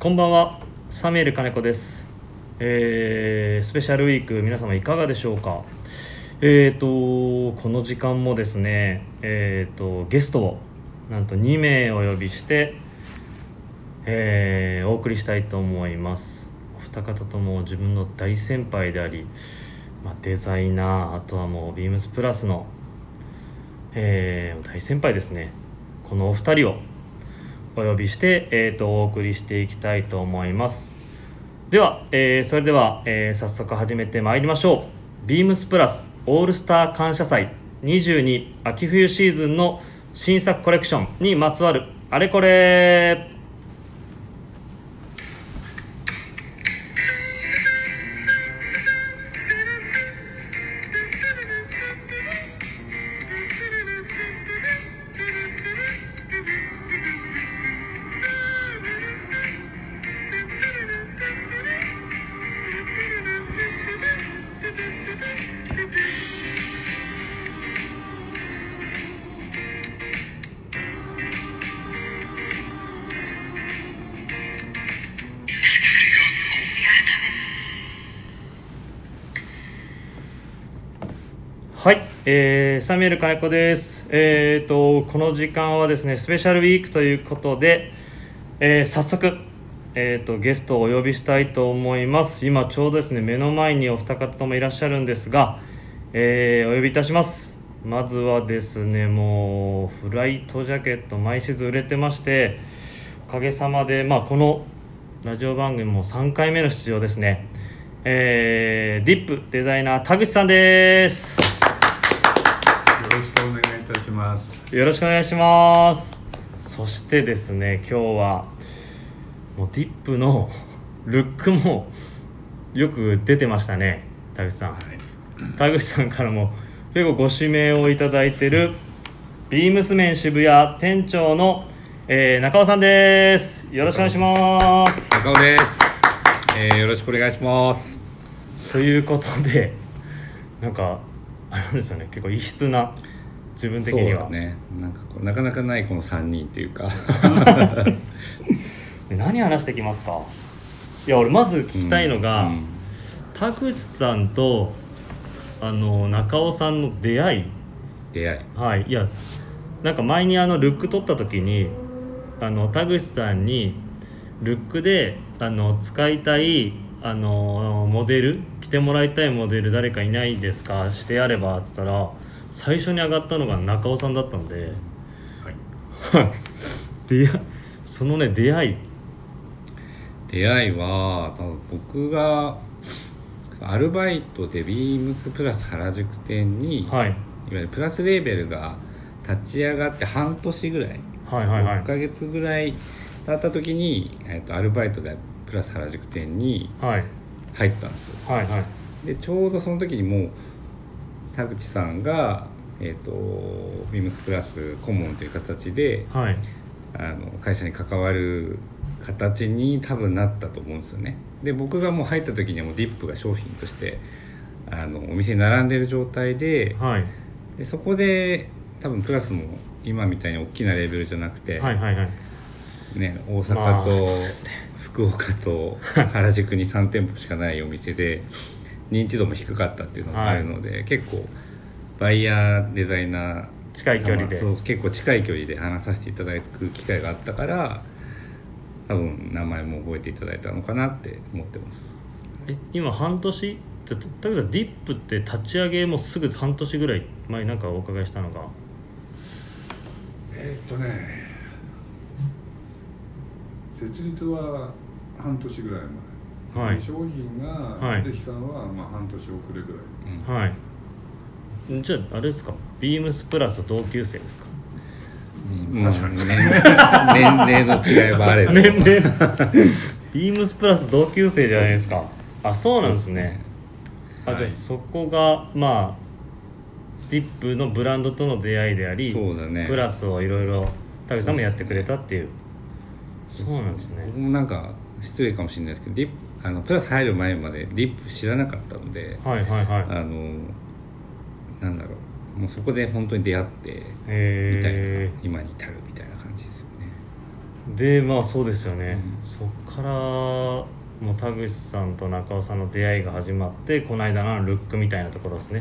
こんばんはサミュエル金子です、えースペシャルウィーク皆様いかがでしょうかえーとこの時間もですねえーとゲストをなんと2名お呼びして、えーお送りしたいと思いますお二方とも自分の大先輩であり、まあ、デザイナーあとはもうビームスプラスの、えー大先輩ですねこのお二人をお呼びして、えー、とお送りしていきたいと思いますでは、えーそれでは、えー早速始めてまいりましょうビームスプラスオールスター感謝祭22秋冬シーズンの新作コレクションにまつわるあれこれはい、えーサミュエル金子です。えー、とこの時間はですねスペシャルウィークということで、えー早速、えー、とゲストをお呼びしたいと思います。今ちょうどですね目の前にお二方ともいらっしゃるんですが、えーお呼びいたします。まずはですねもうフライトジャケット毎シーズン売れてましておかげさまで、まあ、このラジオ番組も3回目の出場ですね。えー、ディップデザイナー田口さんです。よろしくお願いいたします。よろしくお願いしますそしてですね今日はもうディップの ルックもよく出てましたね田口さん田口さんからも結構ご指名をいただいてるビームスメン渋谷店長の、えー中尾さんですよろしくお願いします中尾です、えーよろしくお願いしますということでなんかあれなんですよね結構異質な自分的には、そうだねなんかこうなかなかないこの3人っていうかで何話してきますかいや俺まず 聞きたいのが、うんうん田口さんとあの中尾さんの出会い出会いはいいやなんか前にあのルック取った時にあの田口さんにルックであの使いたいあのモデル着てもらいたいモデル誰かいないですかしてあればっつったら最初に上がったのが中尾さんだったのではい。 出会いそのね出会い出会いは多分僕がアルバイトでビームスプラス原宿店に、い、わはいゆるプラスレーベルが立ち上がって半年ぐらいはいはいはい1ヶ月ぐらい経った時に、えっとアルバイトでプラス原宿店にはい入ったんですよはいはいでちょうどその時にもう田口さんが、えー、とビームスプラス顧問という形ではいあの会社に関わる形に多分なったと思うんですよねで僕がもう入った時にはもうディップが商品としてあのお店に並んでる状態ではいでそこで多分プラスも今みたいに大きなレベルじゃなくて、はいはいはいね、大まあ阪そうとですね福岡と原宿に3店舗しかないお店で認知度も低かったっていうのがあるので、結構バイヤーデザイナー近い距離でそう結構近い距離で話させていただく機会があったから多分名前も覚えていただいたのかなって思ってますえ今半年だだけどディップって立ち上げもすぐ半年ぐらい前なんかお伺いしたのがえーっとね、設立は半年ぐらい前。はいで商品はがい出てきたのはまあ半年遅れぐらい。うんはいじゃああれですかビームスプラスと同級生ですかもう確かに年年齢の違いはあれど 年齢ビームスプラス同級生じゃないですかあそうなんですねあじはゃあいそこがまあディップのブランドとの出会いでありそうだねプラスをいろいろ田口さんもやってくれたっていうそうなんですね僕もなんか失礼かもしれないですけどディップあのプラス入る前までディップ知らなかったので、はいはいはいあのなんだろうもうそこで本当に出会ってみたいな、へえ今に至るみたいな感じですよねでまあそうですよね、うんそっからもう田口さんと中尾さんの出会いが始まってこの間のルックみたいなところですね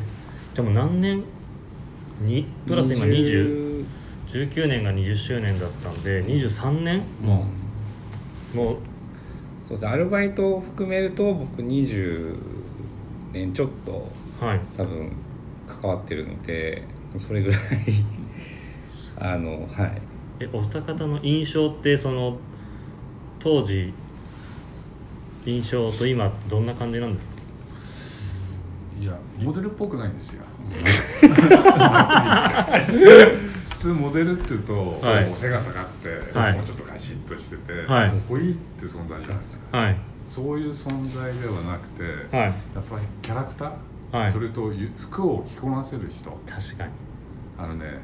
でも何年にプラス今2019年が20周年だったんで23年ももうそうですねアルバイトを含めると僕20年ちょっとはい多分関わってるのでそれぐらいあのはいえお二方の印象ってその当時印象と今どんな感じなんですかいやモデルっぽくないんですよ 普通モデルっていうと、はいもう背が高くて、はいもうちょっとガシッとしてて、はいかっこいいって存在じゃないですか、はいそういう存在ではなくて、はやっいぱりキャラクター、はいそれとゆ服を着こなせる人確かにあのね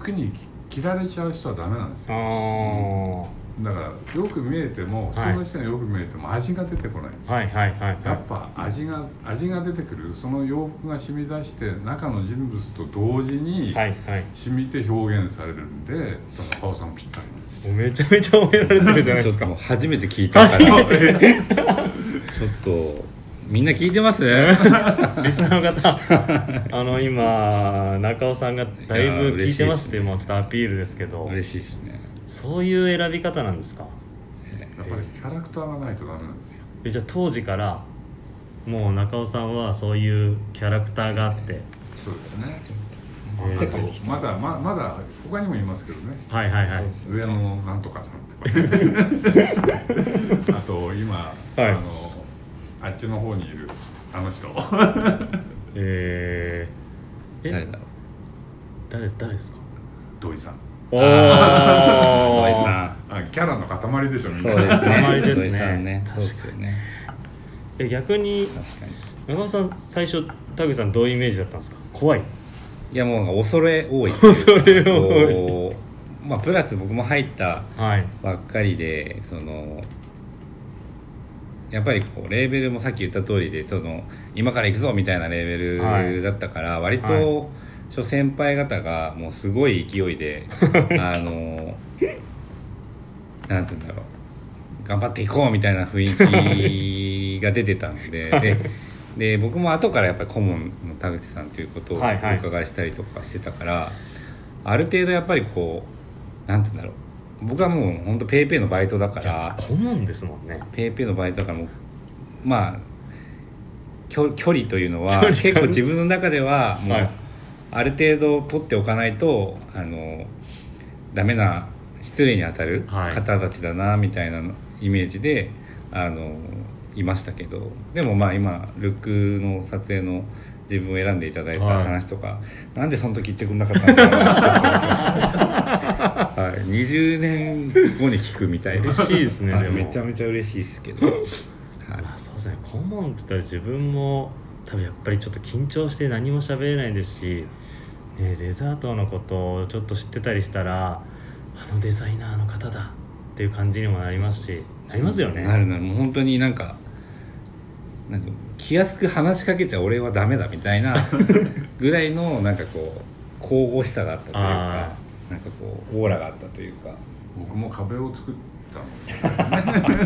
服に着られちゃう人はダメなんですあよあだからよく見えても普通の人にはよく見えても味が出てこないんですよ、はいはいはいやっぱ味が味が出てくるその洋服が染み出して中の人物と同時にはいはい染みて表現されるんで、だからカオさんぴったりなんですよめちゃめちゃ褒められてるじゃないちでょすっとかもう初めて聞いたから初めちょっとみんな聞いてますリスナーの方あの今中尾さんがだいぶ聞いてますっていういやー嬉しいですねもうちょっとアピールですけど嬉しいですねそういう選び方なんですかやっぱりキャラクターがないとダメなんですよえじゃあ当時からもう中尾さんはそういうキャラクターがあってそうですねえあとーまだままだ他にもいますけどねはいはいはい上野のなんとかさんって あと今、はいあのあっちの方にいるあの人 えー、え誰だろ誰誰ですか土井さんおおうおいさあキャラの塊でしょんみんそなうで塊ですねすね土井さんね確かにそうですよねえ逆に確かに中尾さん最初田口さんどういうイメージだったんですか怖いいやもうなんか恐れ多いっていうか恐れ多いこうまあプラス僕も入ったはいばっかりでそのやっぱりこうレーベルもさっき言った通りでその今から行くぞみたいなレーはベいルだったから、割と、は諸先輩方がもうすごい勢い であのなんて言うんだろう頑張っていこうみたいな雰囲気が出てたんででで僕も後からやっぱり顧問の田口さんということをおはいはい伺いしたりとかしてたから、ある程度やっぱりこうなんて言うんだろう僕はもう本当ペイペイのバイトだかいやら顧問ですもんねペイペイのバイトだからもうまあ距距離というのは距離が結構自分の中ではもう、はいある程度取っておかないとあのダメな失礼に当たるはい方たちだなみたいなイメージで、あのいましたけどでもまあ今ルックの撮影の自分を選んでいただいたはい話とか、なんでその時言ってくんなかったんだろうなって、はい、20年後に聞くみたいで嬉しいですねはいでもめちゃめちゃ嬉しいですけど、はいまあそうですね顧問って言ったら自分も多分やっぱりちょっと緊張して何も喋れないですし、ね、デザートのことをちょっと知ってたりしたらあのデザイナーの方だっていう感じにもなりますしなりますよなねるなるもう本当になんかなんか気安く話しかけちゃ俺はダメだみた いなぐらいのなんかこう神々しさがあったというかあなんかこうオーラがあったというか僕も壁を作ったの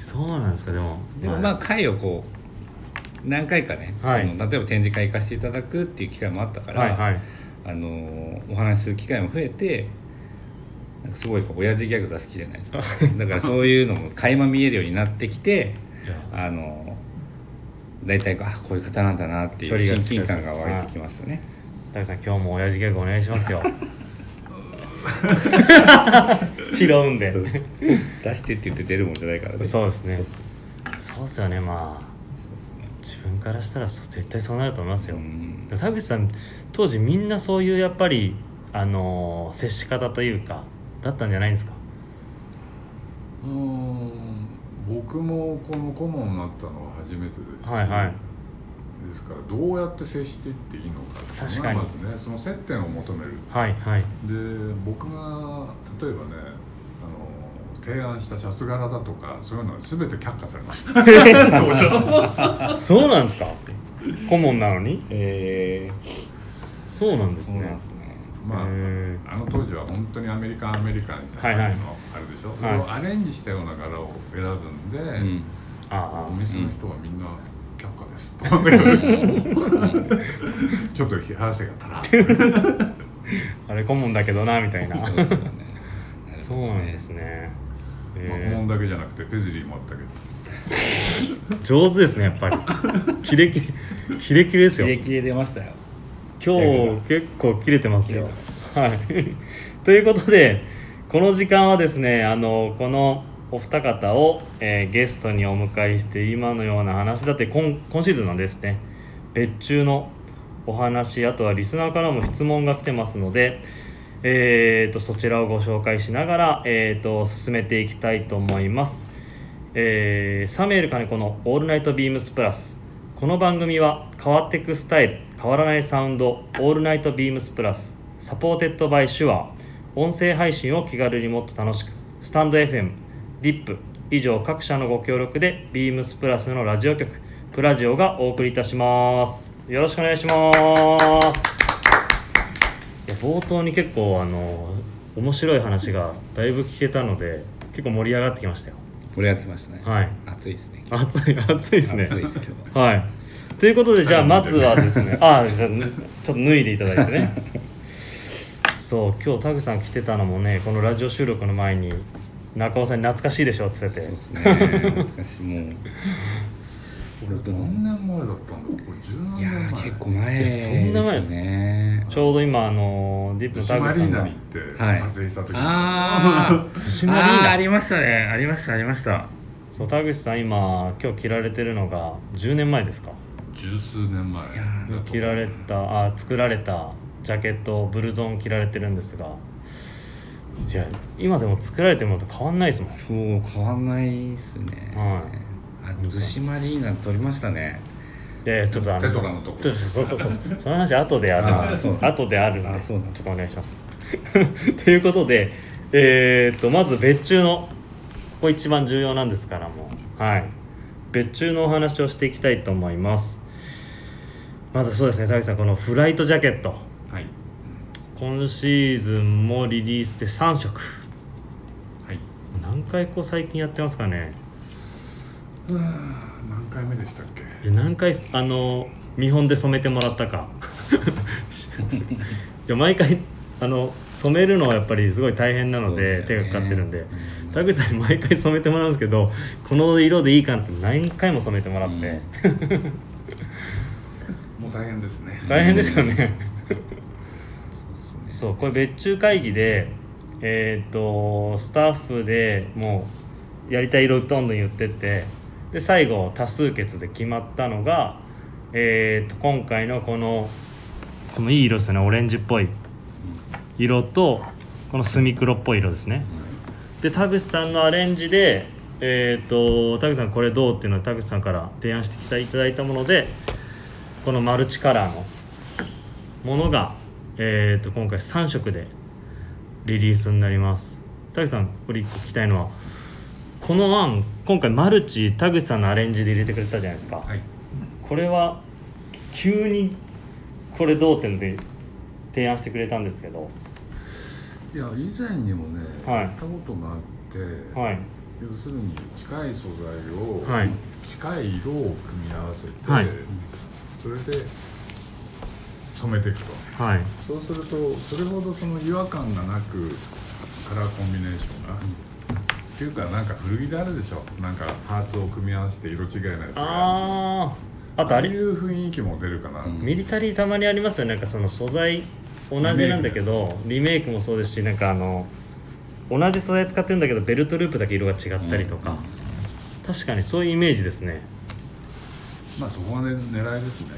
そうなんですかでもでもまあ回をこう何回かね、はいあの例えば展示会行かせていただくっていう機会もあったから、はいはいあのーお話しする機会も増えてなんかすごいこう親父ギャグが好きじゃないです かだからそういうのも垣間見えるようになってきてじゃああの大体あこういう方なんだなってい距う離が親近感が湧いてきましたね。田口さん今日も親父ギャグお願いしますよ拾うんで出してって言って出るもんじゃないからね。そうですねそうそうっすよねまあそう自そう分からしたらそう絶対そうなると思いますそうよ、うん田口さん当時みんなそういうやっぱりあのー接し方というかだったんじゃないんですかうーん僕もこの顧問になったのは初めてですしはいはいですからどうやって接していっていいのかっていうのが確かにまずねその接点を求めるはいはいで僕が例えばねあの提案したシャツ柄だとかそういうのは全て却下されましたどうしようそうなんですか顧問なのにえそうなんですそうなんねですね。まあうんあの当時は本当にアメリカンアメリカンしたはいはい感じのあれでしょ、はいそれをアレンジしたような柄を選ぶんで、うんあおあ店の人はみんな「却下です」とか言 われてちょっと冷や汗がたらっあれ顧問だけどなみたいなそうですよねそうなんですね、まあ、えー顧問だけじゃなくてペズリーもあったけど上手ですねやっぱ りキレキレキレキレですキよレキレ出ましたよ今日結構切れてますよ切れ。はい、 ということでこの時間はですねあのこのお二方を、えーゲストにお迎えして今のような話だって今今シーズンなんですね別注のお話あとはリスナーからも質問が来てますので、えー、とそちらをご紹介しながら、えー、と進めていきたいと思います。えーサメール金子の「オールナイトビームスプラス」この番組は変わってくスタイル変わらないサウンド「オールナイトビームスプラス」サポーテッドバイシュア音声配信を気軽にもっと楽しくスタンド FM、DIP 以上各社のご協力でビームスプラスのラジオ局プラジオがお送りいたしますよろしくお願いしますいや冒頭に結構あの面白い話がだいぶ聞けたので結構盛り上がってきましたよこれやってきましたねはい暑いですね暑い暑いですね暑いですけどはいということでじゃあまずはですねあじゃあちょっと脱いでいただいてねそう今日タグさん来てたのもねこのラジオ収録の前に中尾さんに懐かしいでしょって言ってそてうですね懐かしいもう俺何年前だったんだろうこれ十何いや年前ー結構前えそんな前ですねちょうど今あのディップのシタグマさリーんナがに行ってはい撮影した時にあ ーシマリーナあーありましたねありましたありましたそう田口さん今今日着られてるのが10年前ですか十数年前いやー着られたあ作られたジャケットブルゾン着られてるんですがいや今でも作られてるものと変わんないですもんそう変わんないですねはあ逗子マリーナ撮りましたねいやいやちょっとあのテトラのとこちょっとそうそうそうそうその話後であるあーそうだ後であるんであーそうだちょっとお願いします ということでえーっとまず別注のここ一番重要なんですからもうはい別注のお話をしていきたいと思いますまずそうですね田口さんこのフライトジャケットはい今シーズンもリリースで3色はい何回こう最近やってますかねうーん何回目でしたっけいや何回あの見本で染めてもらった かいや毎回あの染めるのはやっぱりすごい大変なので、そうだ手よがねかかってるんでうん田口さんに毎回染めてもらうんですけどこの色でいいかなって何回も染めてもらって、もう大変ですね大変ですよね、うん そそううこれ別注会議でえーっとスタッフでもうやりたい色どんどん言ってってで最後多数決で決まったのがえーっと今回のこのこのいい色ですねオレンジっぽい色とこの墨黒っぽい色ですねで田口さんのアレンジでえーっと田口さんこれどうっていうのは田口さんから提案してきていただいたものでこのマルチカラーのものが、えー、と今回3色でリリースになります田口さんこれ1個聞きたいのはこの案今回マルチ田口さんのアレンジで入れてくれたじゃないですか、はいこれは急にこれどうってんで提案してくれたんですけどいや以前にもね、はいやったことがあって、はい要するに近い素材を、はい近い色を組み合わせて、はいそれで染めていくとはいそうするとそれほどその違和感がなくカラーコンビネーションが、っていうかなんか古着であるでしょなんかパーツを組み合わせて色違いのやつがあああとああいれう雰囲気も出るかな、うんミリタリーたまにありますよねなんかその素材同じなんだけどリメイクもそうですしなんかあの同じ素材使ってるんだけどベルトループだけ色が違ったりとか、確かにそういうイメージですねまあそこが、ね、狙いですね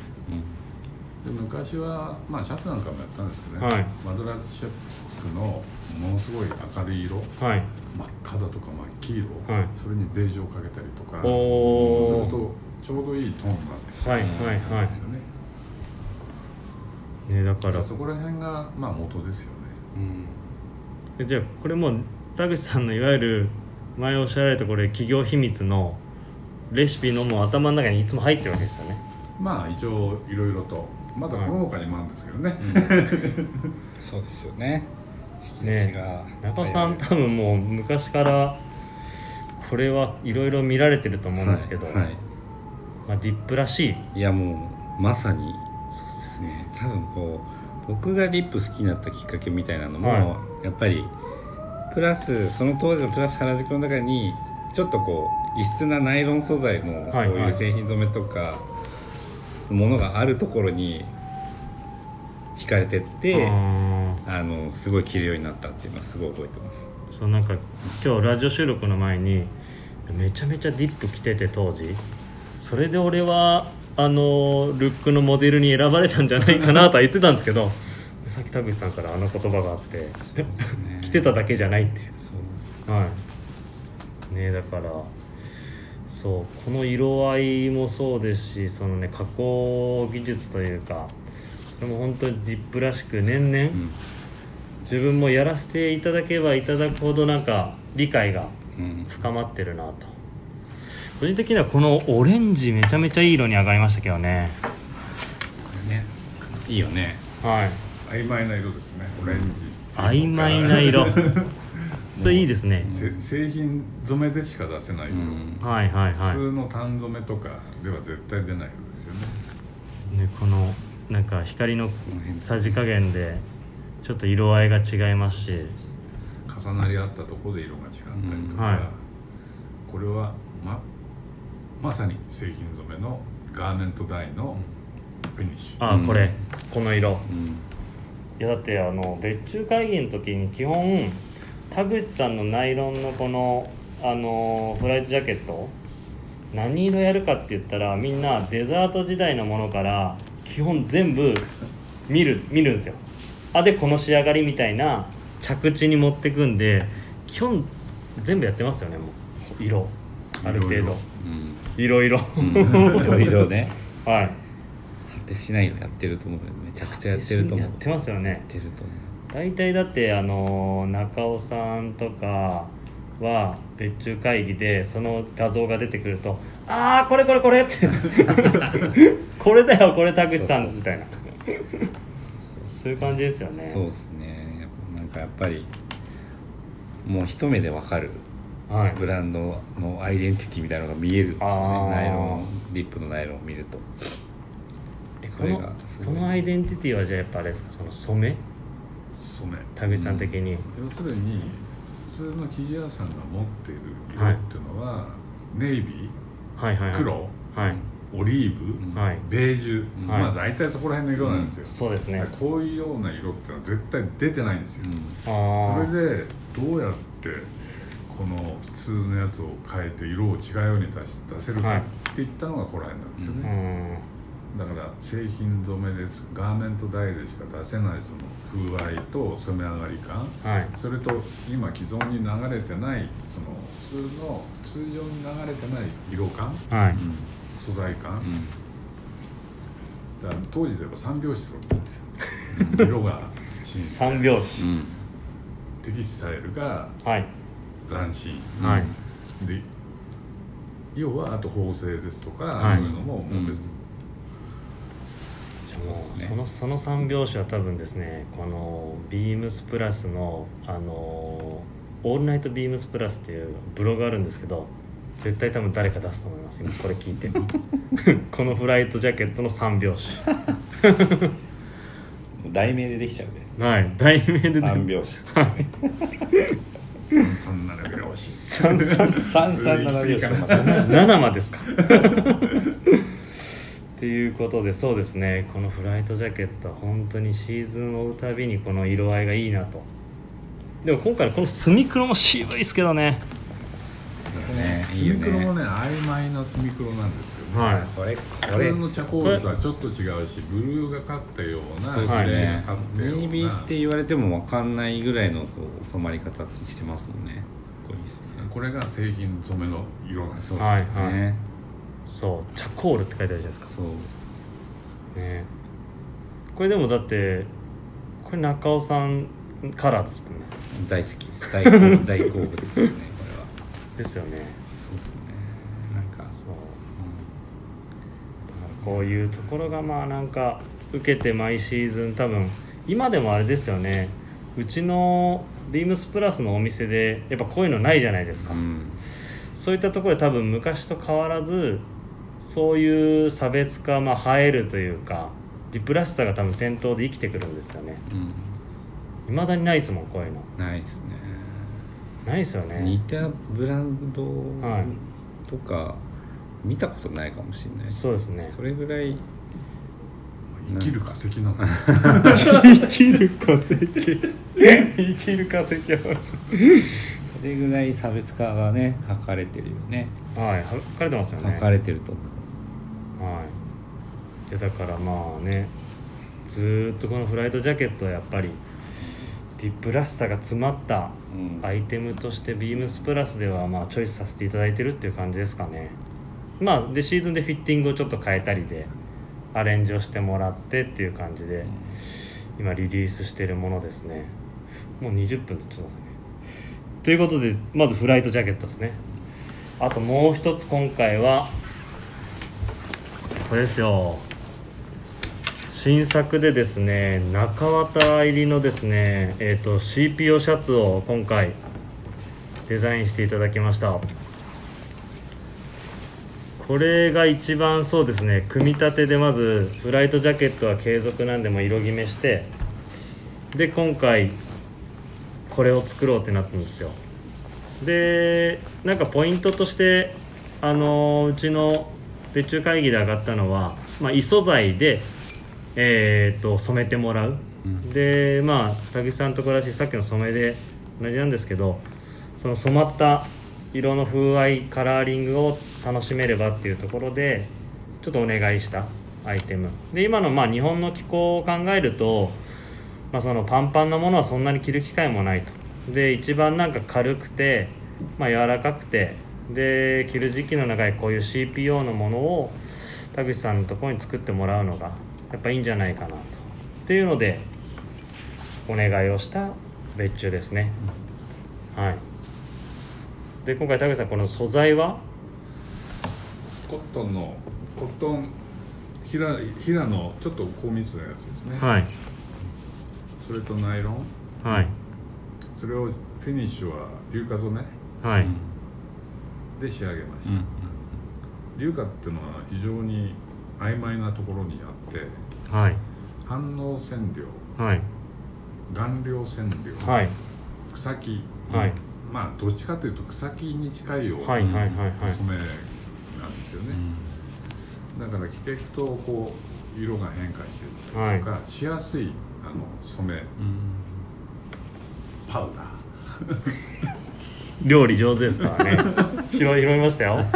うんで昔は、まあ、シャツなんかもやったんですけどね、はいマドラーシェックのものすごい明るい色はい真っ赤だとか真っ黄色、はいそれにベージュをかけたりとかおーそうするとちょうどいいトーンになってきてはいはいるんですよね、ねだかだかららそこら辺がまあ元ですよねうんえじゃあこれもう田口さんのいわゆる前おっしゃられたこれ企業秘密のレシピのもう頭の中にいつも入ってるわけですよねまあ一応いろいろとまだこの他にもあるんですけどね、そうですよね引き出しが、中さん多分もう昔からこれはいろいろ見られてると思うんですけど、はいはいまあ、ディップらしいいやもうまさにそうですね多分こう僕がリップ好きになったきっかけみたいなのも、はやっぱりプラスその当時のプラス原宿の中にちょっとこう異質なナイロン素材のこうはいはいいう製品染めとかものがあるところに惹かれてってああのすごい着るようになったっていうのはすごい覚えてますーそうなんか今日ラジオ収録の前にめちゃめちゃディップ着てて当時それで俺はあのルックのモデルに選ばれたんじゃないかなとは言ってたんですけどさっき田口さんからあの言葉があって 着てただけじゃないっていうそうはいねだからそうこの色合いもそうですしそのね加工技術というかそれも本当にディップらしく年々、うん自分もやらせていただけばいただくほどなんか理解がうん深まってるなと個人的にはこのオレンジめちゃめちゃいい色に上がりましたけどねねいいよねはい曖昧な色ですねオレンジってい曖うのか昧な色それいいですねせ製品染めでしか出せない色、うんはいはい普はい通の単染めとかでは絶対出ない色ですよねね、このなんか光のこの辺さじ加減でちょっと色合いが違いますし重なり合ったところで色が違ったりとうんか、はいこれはままさに製品染めのガーメントダイのフィニッシュああうんこれ、この色うんいやだってあの別注会議の時に基本田口さんのナイロンのこのあのフライトジャケット何色やるかって言ったらみんなデザート時代のものから基本全部見る見るんですよあでこの仕上がりみたいな着地に持ってくんで基本全部やってますよねもう色ある程度 うんいろいろうん いろいろねはい果てしないのやってると思うよめちゃくちゃやってると思うやってますよやっねてると思大体だってあの中尾さんとかは別注会議でその画像が出てくると「ああこれこれこれ」って これだよこれ田口さんみたいなそういう感じですよう、ねそうですねやっぱなんかやっぱりもう一目でわかるはいブランドのアイデンティティみたいなのが見えるんですあねーナイロンリップのナイロンを見るとえそこれのがすごいこのアイデンティティはじゃあやっぱあれですかその染め染め田口さん的に、要するに普通の企業さんが持っている色っていうのは、ネイビはいはいーはい黒はい、オリーブ、んはい、ベージュ、うんまあ大体そこら辺の色なんですよ、そうですねこういうような色ってのは絶対出てないんですよ、あそーれでどうやってこの普通のやつを変えて色を違うように出し出せるはいかっていったのがこら辺なんですようね、んだから製品染めですガーメントダイでしか出せないその風合いと染め上がり感はいそれと今既存に流れてないその普通の通常に流れてない色感はい、うん素材感、だから当時で言えば三拍子揃ったんですよ色が新鮮三拍子、うんうんテキスタイルがはい斬新はいで要はあと縫製ですとか、はいそういうのももう別に、もうねそのその3拍子は多分ですねこのビームスプラスの「あのオールナイトビームスプラス」っていうブログがあるんですけど絶対多分誰か出すと思います今これ聞い てこのフライトジャケットの3拍子もう題名でできちゃうねはい題名で出て三拍子そんなのよろし三三三三七拍子7までですかっていうことでそうですねこのフライトジャケットは本当にシーズンを追うたびにこの色合いがいいなとでも今回この墨黒も渋いですけどねねいいいよねね墨黒もね曖昧な墨黒なんですよね、はこれこ普れ通のチャコールとはちょっと違うしブルーがかったようなそうではいすグレーねがかったようなネイビーって言われてもわかんないぐらいのこう染まり方してますもんねこれいいっすねこれが製品染めの色なんですそうですよね、はいはそうチャコールって書いてあるじゃないですかそうねこれでもだってこれ中尾さんカラーですもんね大好きです大好大好物ですねこれはですよねそうですねなんか、そううだからこういうところがまあなんか受けて毎シーズン多分今でもあれですよねうちのビームスプラスのお店でやっぱこういうのないじゃないですか、うんそういったところで多分昔と変わらずそういう差別化まあ映えるというかディプらしさが多分店頭で生きてくるんですよねうん未だにないですもんこういうのないですないですよねね似たブランドはいとか見たことないかもしれないそうですねそれぐらい生きる化石なの生きる化石生きる化石はそれぐらい差別化がね図れてるよねはいは書かれてますよね図れてると思はい、でだからまあねずーっとこのフライトジャケットはやっぱりディップらしさが詰まったう、うんアイテムとしてビームスプラスではまあチョイスさせていただいてるっていう感じですかねまあでシーズンでフィッティングをちょっと変えたりでアレンジをしてもらってっていう感じで今リリースしてるものですねもう20分経ちますねということでまずフライトジャケットですねあともう一つ今回はこれですよ新作でですね中綿入りのですねえっ、と CPO シャツを今回デザインしていただきましたこれが一番そうですね組み立てでまずフライトジャケットは継続なんでもう色決めしてで今回これを作ろうってなってるんですよでなんかポイントとしてあのうちの別注会議で上がったのは、まあ、異素材で、えー、と染めてもらう、うんでまあ高木さんとこらしいさっきの染めで同じなんですけどその染まった色の風合いカラーリングを楽しめればっていうところでちょっとお願いしたアイテムで今のまあ日本の気候を考えるとまあ、そのパンパンなものはそんなに着る機会もないとで一番なんか軽くて、まあ、柔らかくてで着る時期の中でこういう CPO のものを田口さんのところに作ってもらうのがやっぱいいんじゃないかなとっていうのでお願いをした別注ですね、はいで今回田口さんこの素材はコットンのコットン平平のちょっと高密なやつですね、はいそれとナイロンはいそれをフィニッシュは硫化染めはい、うんで仕上げまうした、ん硫化っていうのは非常に曖昧なところにあってはい反応染料はい顔料染料、はい草木、はいまあどっちかというと草木に近いようなはいはい染はいはいめなんですよね、だから着ていくとこう色が変化していったりとか、しやすいあの染めうんパウダー料理上手ですからね 拾い拾いましたよあ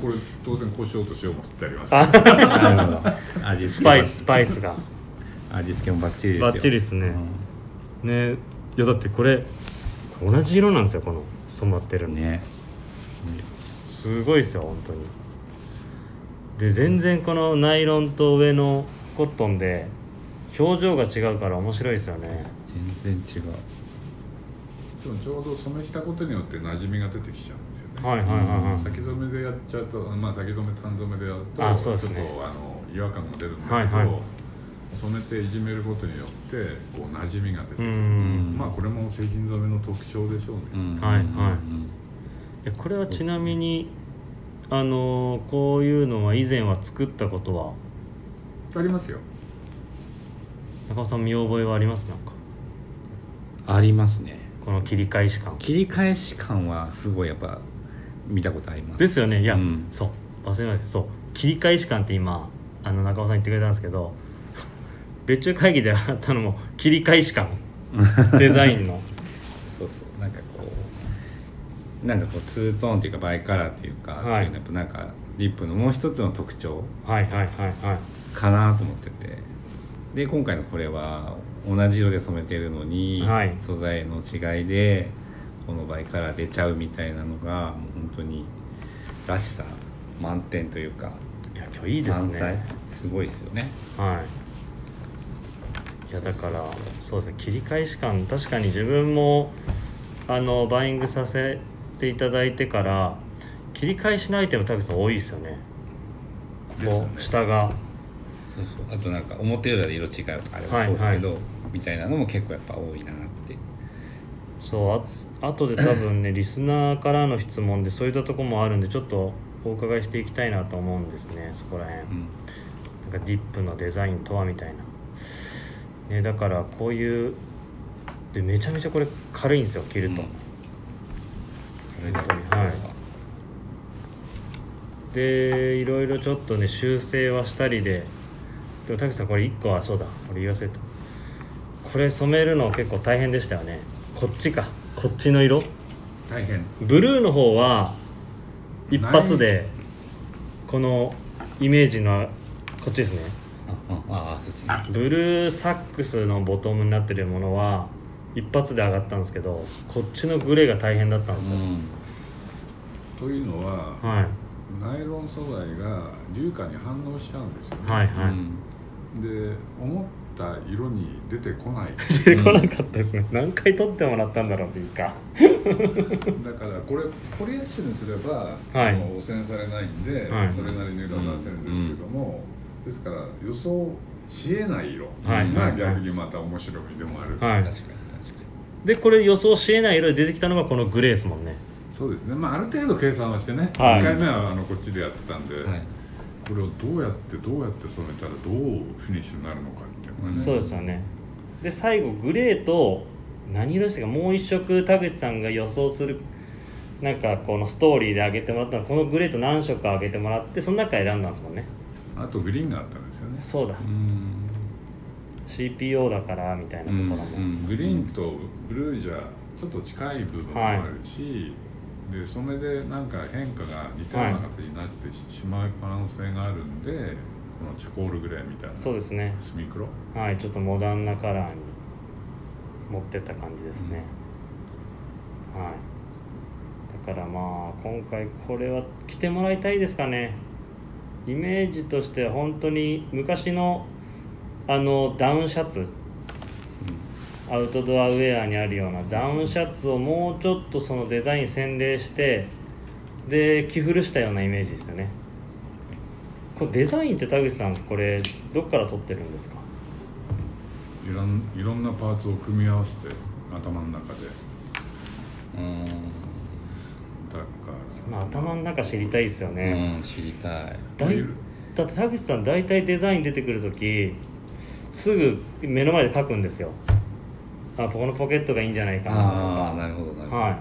これ当然胡椒と塩も振ってあります、あなるほど味ス付けパイススパイスが味付けもバッチリですよバッチリですねねいやだってこれ同じ色なんですよこの染まってるうのんねすごいですよ本当にで全然このナイロンと上のコットンで表情が違うから面白いですよね全然違うでもちょうど染めしたことによって馴染みが出てきちゃうんですよね、はいはいはいはい、先染めでやっちゃうとまあ先染め単染めでやるとあそうですねちょっとあの違和感が出るんだけど、はいはい染めていじめることによってこう馴染みが出てくうる、んまあこれも製品染めの特徴でしょうね、うんはいはいうんえこれはちなみにあのーこういうのは以前は作ったことはありますよ中尾さん見覚えはありますなんかありますねこの切り返し感切り返し感はすごいやっぱ見たことありますですよねいや、うんそう忘れないでそう切り返し感って今あの中尾さん言ってくれたんですけど 別注会議で上がったのも切り返し感デザインのそうそうなんかこうなんかこうツートーンっていうかバイカラーっていうか、はいってうのやっぱなんかリップのもう一つの特徴はいはいはいはいかなと思っててで今回のこれは同じ色で染めてるのに、はい素材の違いでこのバイカラー出ちゃうみたいなのがもう本当にらしさ満点というかいや今日いいです満載ねすごいですよねはいいやだからそうですね切り返し感確かに自分もあのバイングさせていただいてから切り返しのアイテム田口さん多いですよねですね下がそうそうあとなんか表裏で色違うあれはそうだけど、みたいなのも結構やっぱ多いなってそうああとで多分 ねリスナーからの質問でそういったとこもあるんでちょっとお伺いしていきたいなと思うんですねそこら辺、うんなんかディップのデザインとはみたいな、ね、だからこういうでめちゃめちゃこれ軽いんですよ着ると、うんあれだろうなはいでいろいろちょっとね修正はしたりででもたけさんこれ1個はそうだこれ言わせたこれ染めるの結構大変でしたよねこっちかこっちの色大変ブルーの方は一発でこのイメージのこっちですねあああそっちねブルーサックスのボトムになってるものは一発で上がったんですけどこっちのグレーが大変だったんですよ、というのははい、ナイロン素材が硫化に反応しちゃうんですよね、はいうんはい、で思った色に出てこない出てこなかったですね何回撮ってもらったんだろうっていうかだからこれポリエステルにすれば、はいあの汚染されないんで、はいそれなりの色は出せるんですけども、ですから予想しえない色はいが逆にまた面白みでもある、はい確かに確かでこれ予想しえない色で出てきたのがこのグレーですもんねそうですね、まあ、ある程度計算はしてね、はい1回目はあのこっちでやってたんで、に、はい、これをどうやってどうやって染めたらどうフィニッシュになるのかっていうのがねそうですよねで最後グレーと何色ですかもう一色田口さんが予想するなんかこのストーリーで上げてもらったのはこのグレーと何色か上げてもらってその中選んだんですもんねあとグリーンがあったんですよねそうだうん CPO だからみたいなところも、うんグリーンとブルーじゃちょっと近い部分もあるし、でそれでなんか変化が似たような形になってしまう可能性があるんで、このチャコールグレーみたいなそうですねスミクロはいちょっとモダンなカラーに持ってった感じですね、はいだからまあ今回これは着てもらいたいですかねイメージとしては本当に昔のあのダウンシャツアウトドアウェアにあるようなダウンシャツをもうちょっとそのデザイン洗礼してで着古したようなイメージですよねこれデザインって田口さんこれどっから取ってるんですかいろんいろんなパーツを組み合わせて頭の中でうんだからまあ、頭の中知りたいですよね、うん知りたいだいだって田口さん大体デザイン出てくる時すぐ目の前で書くんですよあこのポケットがいいんじゃないかなとああなるほどなるかほど、はい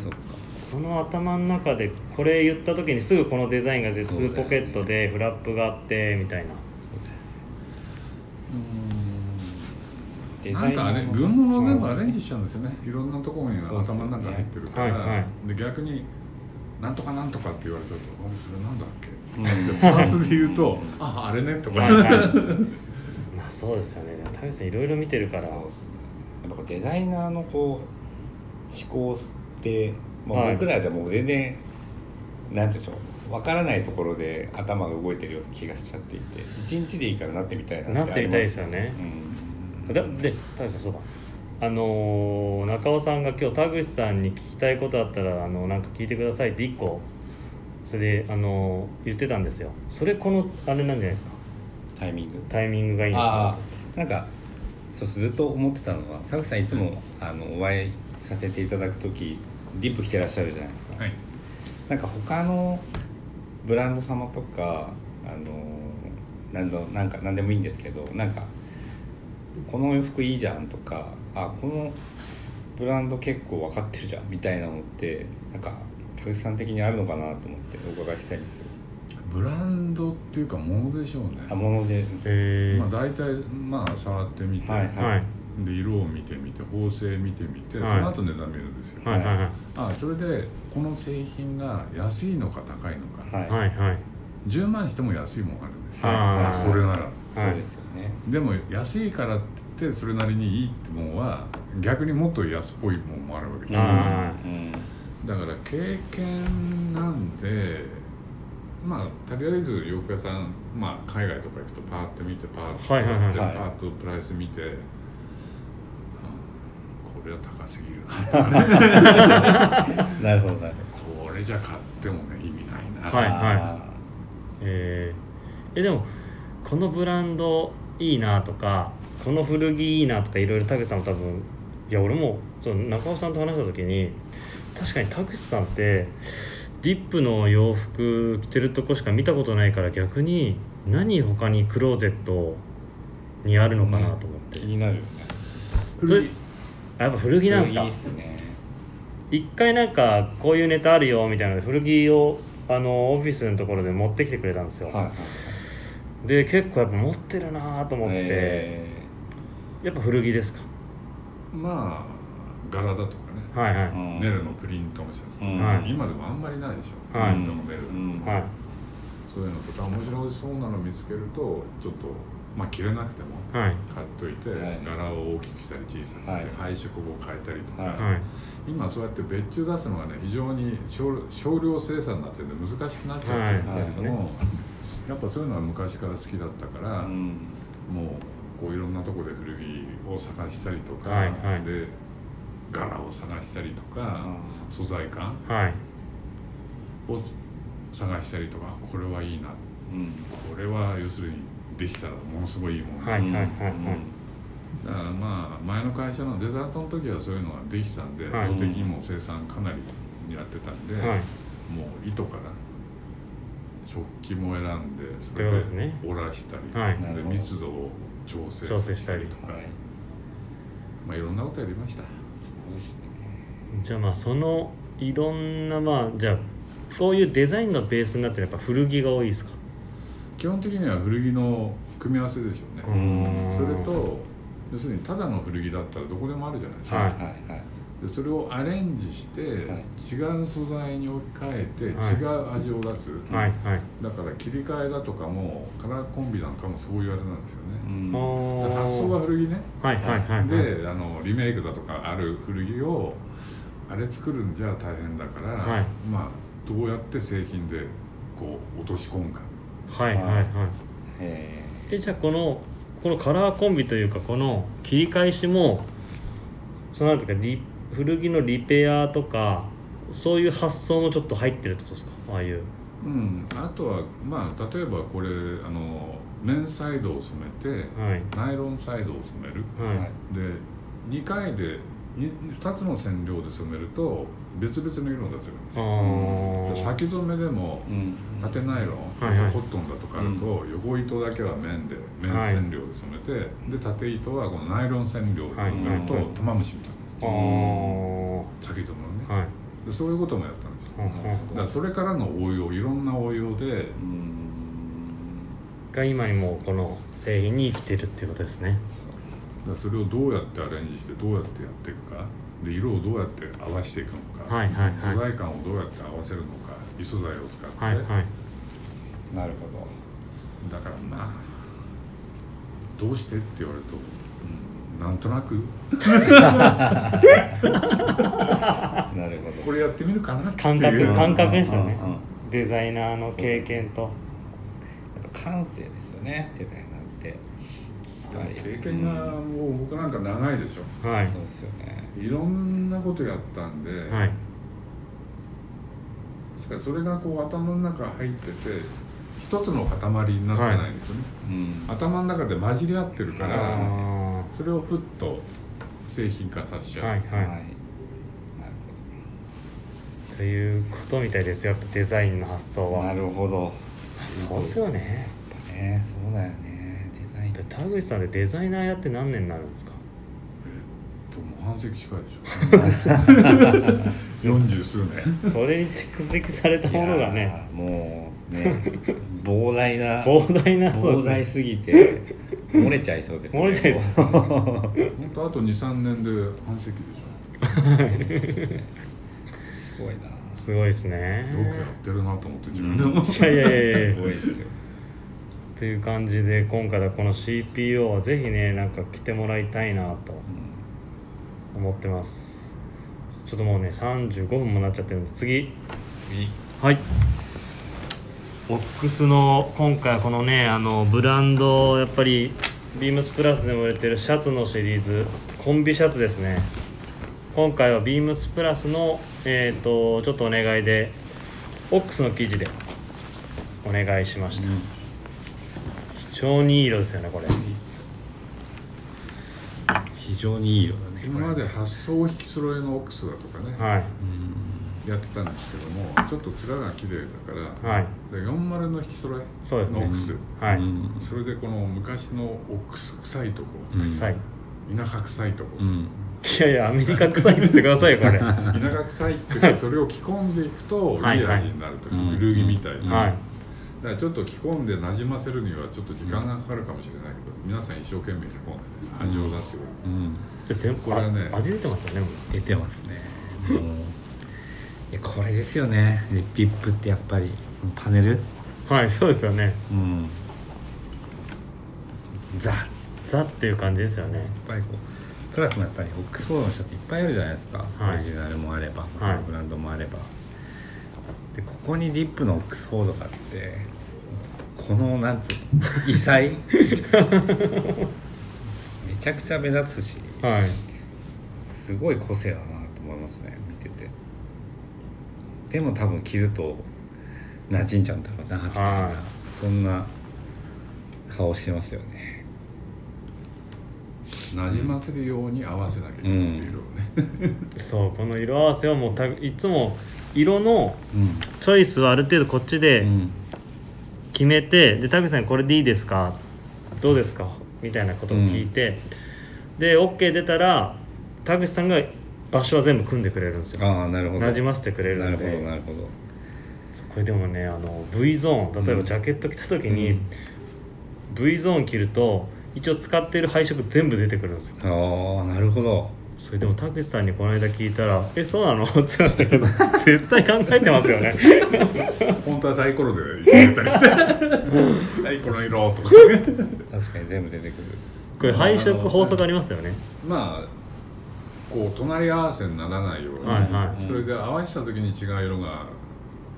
そっかその頭の中でこれ言った時にすぐこのデザインが出てそうだよ2ねポケットでフラップがあってみた いなそうだよなんかデあれザイン軍物を全部アレンジしちゃうんですよねいろんなところにそうそう頭の中入ってるから、はいはいで逆に「なんとかなんとか」って言われちゃうと「あそれなんだっけ?」うんパーツで言うと「ああれね」とか、はいはいまあそうですよねでも田口さんいろいろ見てるからそうっすねやっぱこうデザイナーのこう思考って、まはあ、い僕らでもう全然、なんて言うんでしょう分からないところで頭が動いてるような気がしちゃっていて一日でいいからなってみたいななってみたいですよ、よねうん、だで田口さんそうだあのー中尾さんが今日田口さんに聞きたいことあったらあのなんか聞いてくださいって1個それで、あのー言ってたんですよそれこのあれなんじゃないですかタイミングタイミングがいいのあかあなんかそうずっと思ってたのは田口さんいつもあのお会いさせていただく時ディップ着てらっしゃるじゃないですか、はい、なんか他のブランド様とかあの何度なんか何でもいいんですけどなんかこのお洋服いいじゃんとかあこのブランド結構分かってるじゃんみたいなのってなんか田口さん的にあるのかなと思ってお伺いしたいんですよ。ブランドっていうかものでしょうねあ物で、とへえまあ、大体まあ触ってみて、はいーはいで色を見てみて縫製見てみて、はいその後値段見るんですよ、はいはいはいあそれでこの製品が安いのか高いのか、はい、はいはい10万しても安いもんあるんですよあーこれならそうですよね。でも安いからって言ってそれなりにいいってもんは逆にもっと安っぽいもんもあるわけですよあうんだから経験なんでまあとりあえず洋服屋さん、まあ、海外とか行くとパーって見てパーってはいはいはいでパはいーッとプライス見て、あこれは高すぎるななるほどなるこれじゃ買ってもね意味ないな、はいあえーえでもこのブランドいいなとかこの古着いいなとかいろいろ田口さんも多分いや俺もその中尾さんと話した時に確かに田口さんってディップの洋服着てるとこしか見たことないから逆に何他にクローゼットにあるのかなと思って、気になるよねそれあやっぱ古着なんですいかいっすね一回なんかこういうネタあるよみたいなので古着をあのオフィスのところで持ってきてくれたんですよ、はいはいで結構やっぱ持ってるなと思ってて、えやっぱ古着ですかまあ柄だとかねはいはい、ーうんネルのプリントのシャツとか、うんはい今でもあんまりないでしょ、はいプリントのネル、うんはいそういうのとか面白そうなの見つけるとちょっとまあ着れなくてもはい買っといて、はい柄を大きくしたり小さくしたり、配色を変えたりとか、はいはい今そうやって別注出すのがね非常に少少量生産になってて難しくなっちゃってるんですけども、はやっぱそういうのは昔から好きだったから、うんもうこういろんなとこで古着を探したりとか、はいはいで柄を探したりとか、うん素材感はいを探したりとかこれはいいなうんこれは要するにできたらものすごいいいもん、はいはいはいはいだからまあ前の会社のデザートの時はそういうのができてたんで、はい量的にも生産かなりやってたんで、はいもう糸から食器も選んでそということですね折らしたり、はいで密度を調整調整したりとか、はいまあ、いろんなことやりましたそうですねじゃあまあそのいろんなまあじゃあそういうデザインのベースになってるやっぱ古着が多いですか基本的には古着の組み合わせでしょうね、うんそれと要するにただの古着だったらどこでもあるじゃないですか、はいはいはいでそれをアレンジして、はい違う素材に置き換えてはい違う味を出す、はいはいだから切り替えだとかもカラーコンビなんかもそういうあれなんですようね、んあだかーら発想は古着ね、はいはいはいはいであのリメイクだとかある古着をあれ作るんじゃ大変だから、はいまあどうやって製品でこう落とし込むかはいはいはいへえじゃあこのこのカラーコンビというかこの切り返しもそのなんていうかリ古着のリペアとかそういう発想もちょっと入ってるってことですかああいううんあとはまあ例えばこれあの綿サイドを染めてはいナイロンサイドを染めるはいはいで2回で 2, つの染料で染めると別々の色を出せるんですあよーで先染めでもえうん縦ナイロン、はいはいコットンだとかあると、横糸だけは綿で綿染料で染めて、で縦糸はこのナイロン染料で染めると、はいはい玉虫みたいあーなは先染めのね、いでそういうこともやったんですよほんほんほだんからそれからの応用いろんな応用でうんが今にもこの製品に生きてるっていうことですねだからそれをどうやってアレンジしてどうやってやっていくかで色をどうやって合わせていくのか、はいはいはい素材感をどうやって合わせるのか異素材を使って、はいはいなるほどだからまあどうしてって言われると、うん、なんとなくなるほどこれやってみるかなって感覚いう感覚でしたねうんうんうんデザイナーの経験とやっぱ感性ですよねデザイナーって経験がもう僕なんか長いでしょはいそうですよねいろんなことやったんで、はいですからそれがこう頭の中入ってて一つの塊になってないんですよね、うん頭の中で混じり合ってるかあら、ーそれをふっと製品化させちゃう、はいはいなはるいということみたいですよやっぱデザインの発ほ想どなはるほどそうですよねやっぱね そうだよねデザインで田口さんでデザイナーやって何年になるんですかでもう半世紀近 いでしょ四十数年それに蓄積されたものがいねやーもうね膨大 な膨大なそう膨で大すねすぎて漏れちゃいそうですね漏れちゃいそうですねもう本当あと23年で半世紀でしすごいな すごいですねょよくやってるなと思って自分でも、いやいやいやいやすごいですよという感じで今回はこの CPO はぜひねなんか来てもらいたいなと思ってますちょっともうね35分もなっちゃってるんで次はいオックスの今回はこのねあのブランドやっぱりビームスプラスでも売れてるシャツのシリーズコンビシャツですね今回はビームスプラスのえっ、とちょっとお願いでオックスの生地でお願いしました、非常にいい色ですよねこれ非常にいい色だね今まで発想を引き揃えのオックスだとかね、はいやってたんですけどもちょっと面が綺麗だから、はいで40の引き揃えそうですねのオックス、はい、うんそれでこの昔のオックス臭いとこ、うん臭い田舎臭いとこ、うんいやいやアメリカ臭いって言ってくださいよこれは田舎臭いっていうかそれを着込んでいくといはいい味になるとはいいう古着みたいな、いだからちょっと着込んでなじませるにはちょっと時間がかかるかもしれないけど皆さん一生懸命着込んで、ね、味を出すように、うんででもこれはねあ味出てますよねもう出てますねもういやこれですよねでピップってやっぱりパネルはいそうですよねうんザやっザっていう感じですよねぱりこうプラスもやっぱりオックスフォードのシャツいっぱいあるじゃないですか、はいオリジナルもあれば、はいブランドもあればでここにディップのオックスフォードがあってこのなんつうの異彩 めちゃくちゃ目立つし、はいすごい個性だなと思いますね見ててでも多分着ると馴染んじゃうんだろうなみたいな、はいそんな顔してますよねなじませるように合わせなきゃいけないんですよ、色をねそうこの色合わせはもうたいつも色のうんチョイスはある程度こっちうでん決めて、で田口さんにこれでいいですかどうですかみたいなことを聞いて、で OK 出たら田口さんが場所は全部組んでくれるんですよああなるほどなじませてくれるなるんほどでなるほどこれでもねあの V ゾーン例えばジャケット着た時に、うん V ゾーン着ると一応使ってる配色全部出てくるんですよああなるほどそれでも田口さんにこの間聞いたら「えそうなの?」って言ってましたけど絶対考えてますよね本当はサイコロで入れた りしてはいこの色とか確かに全部出てくるこれ配色法則ありますよねまあこう隣り合わせにならないように、はいはいそれで合わせた時に違う色が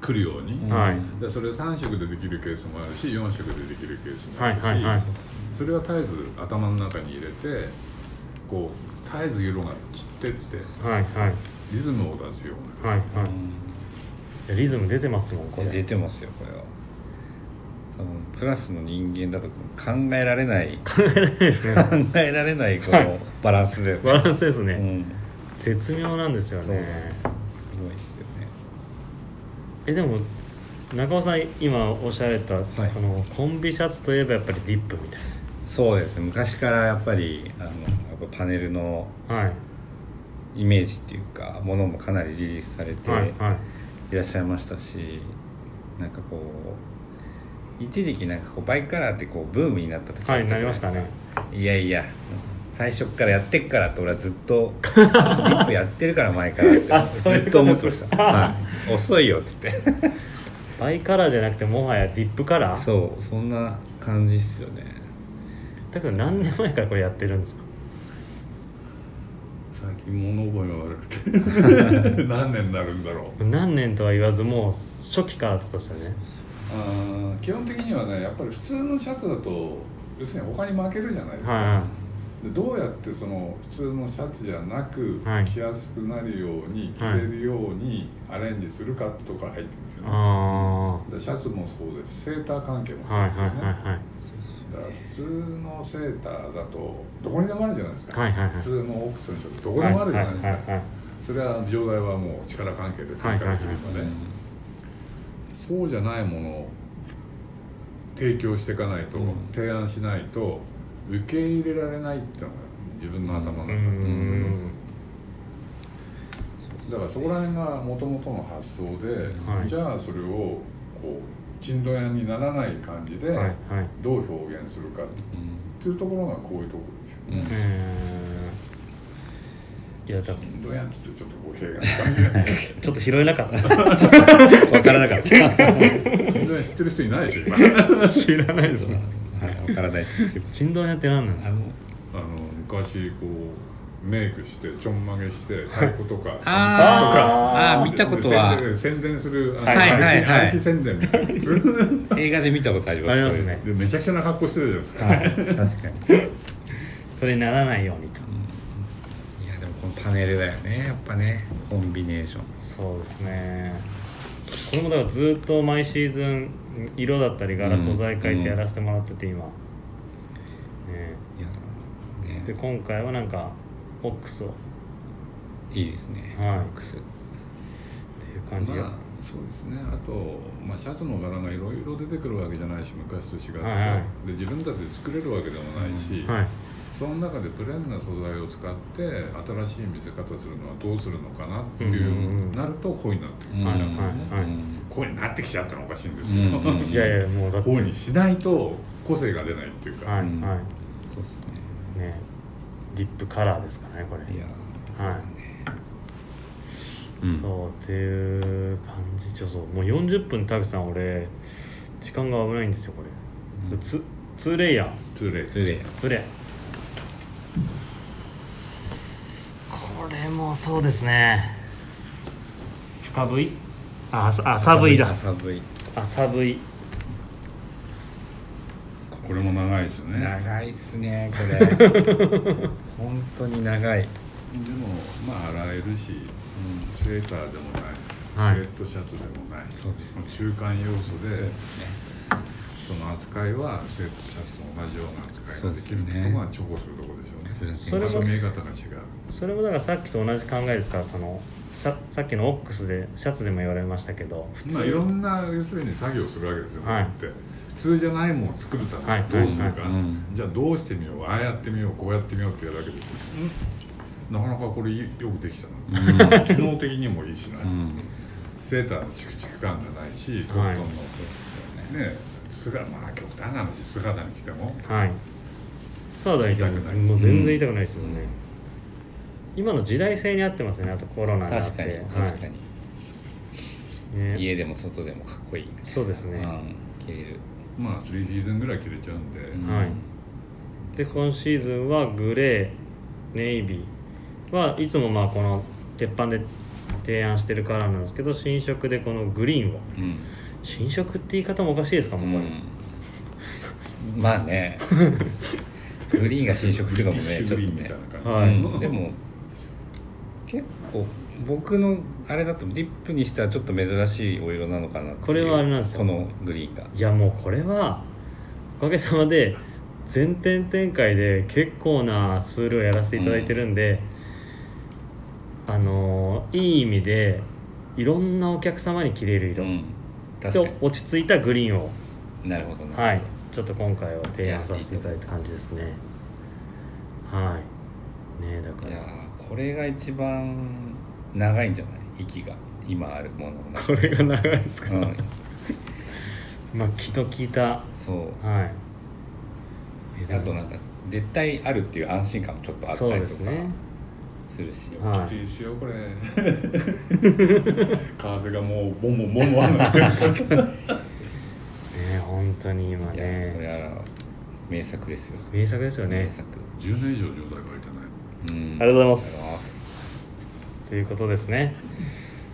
来るように、はいうんでそれ3色でできるケースもあるし4色でできるケースもはあいるし、はいはいそれは絶えず頭の中に入れてこう絶えず色が散ってってはいはいリズムを出すようはいはういリズム出てますもんこんいや出れてますよこれは多分プラスの人間だと考えられない考考えられないですねえられないこのバランスだよね、バランスですね、うん絶妙なんですよねすごいですよねえでも中尾さん今おっしゃられた、いこのコンビシャツといえばやっぱりディップみたいそうですね昔からやっぱりあのやっぱパネルのなはいイメージっていうかものもかなりリリースされてはいはいいらっしゃいましたし、なんかこう一時期なんかこうバイカラーってこうブームになった時はいなりましたねいやいや最初っからやってっからって俺はずっ とリップやってるから前からってあそういうこずっとと思ってま した、はい、遅いよっつってバイカラーじゃなくてもはやディップカラーそうそんな感じっすよねだけど何年前からこれやってるんですかな最近物覚えが悪 くて何年になるんだろう何年とは言わずもう初期からってことですよねあー基本的にはねやっぱり普通のシャツだと要するに他に負けるじゃないですか、はでどうやってその普通のシャツじゃなくはい着やすくなるように着はいれるようにアレンジするかってとこから入ってるんですいよね、あだからシャツもそうですしセーター関係もあそうはいですはいよはいはいね、だから普通のセーターだとどこにでもあるじゃないですか、はいはいはい普通のオークスの人ってどこにもあるじゃないですか、はいはいはいはいそれは上代はもう力関係ではいはいはい展開できるので、そうじゃないものを提供していかないと、うん提案しないと受け入れられないっていうのが自分の頭のう中ーでんだからそこら辺がもともとの発想で、はいじゃあそれをこうちんどやんにならない感じで、はいはいどう表現するかっうんていうところがこういうところですようんうーんいやだからどうやんつってちょっと語弊がある感じがねちょっと拾えなかったわからなかった。そんなに知ってる人いないでしょ今 あ知らない ですねはい、わからないです。振動屋って何なんですあかの、の昔こうメイクしてちょんまげして太鼓とかあーあー見たこ とは宣伝宣伝するあのはいはいはいはい歩き宣伝みたいなやつ 映画で見たことあります。ありますねでめちゃくちゃな格好してるじゃないですそか、ういう。はい、確かに。それにならないようにといや、でも、このパネルだよね、やっぱね、コンビネーション。そうですねこれもだからずっと毎シーズン色だったり柄うん素材変えてうんやらせてもらってて今、ねいやえ、でね今回はなんかオックスをはいいですねボッいクっスていう感じで、まあそうですねあと、まあ、シャツの柄がいろいろ出てくるわけじゃないし昔と違って、はいはで自分たちで作れるわけでもないし、はいその中でプレーンな素材を使って新しい見せ方するのはどうするのかなっていう、うんうんうんなると恋になってくるうんじゃはいんですね、はいうん恋になってきちゃったのおかしいんですけど、うんうんいやいやもうだって恋にしないと個性が出ないっていうか、はいうんはそうですねいねディップカラーですからねこれいやそうだねうんそうっていう感じちょっともう40分たくさん俺時間が危ないんですよこれ、うんツツーレイヤートゥーレイそれでツーレイこれもそうですね深ブイああ浅ブイだ寒い浅ブイこれも長いですよねでも長いっすねこれ 本当に長いまあ洗えるし、セーターでもなはい、いスウェットシャツでもない、そうです習慣要素でその扱いはセーターシャツと同じような扱いができるってとこが重宝するところでしょうねそうですねまた見え方が違うそれもだからさっきと同じ考えですからそのささっきのオックスでシャツでも言われましたけど普まあいろんな要するに作業するわけですよ、はいこうやって普通じゃないものを作るたはめいにどうするか、はいはいうんじゃあどうしてみようああやってみようこうやってみようってやるわけですよ、なかなかこれよくできたな、機能的にもいいしな、うんセーターのチクチク感がないしコはッいトンの、ね姿まあ極端な話姿にしてもはい。そうだ、痛く痛くな。ないいもう全然痛くないですもんね。今の時代性に合ってますよね。あとコロナがあって。確かに確かに、に。ね、家でも外でもかっこいいみたいなそうですねうん、着れる、まあ3シーズンぐらい着れちゃうんで、うんはいで、今シーズンはグレー、ネイビーはいつもまあこの鉄板で提案してるカラーなんですけど、新色でこのグリーンを。うん新色って言い方もおかしいですか、もうこれ。うんまあ ねグリーンが新色っていうのもねブちリょっとティッシュグリーンみたねいな感じ、はいうんでも結構僕のあれだとディップにしてはちょっと珍しいお色なのかなっていうこれはあれなんですよこのグリーンがいやもうこれはおかげさまで全店展開で結構な数量やらせていただいてるんで、あのーいい意味でいろんなお客様に着れる色、うん確とか落ち着いたグリーンを、になるほどな、はい、ちょっと今回は提案させていただいた感じですねはいねえだかいやらーこれが一番長いんじゃない息が今あるものの中これが長いですか、うらん、まあ気の利いたはそういあとなんか絶対あるっていう安心感もちょっとあったそうでりとかすねするしはいきついですよこれ 風がもうボンボンボンボ ンねえ本当に今いやこれねは名作ですよ、名作ですよね名作10年以上状態が空いてないうあんりがとうございます。ということですね。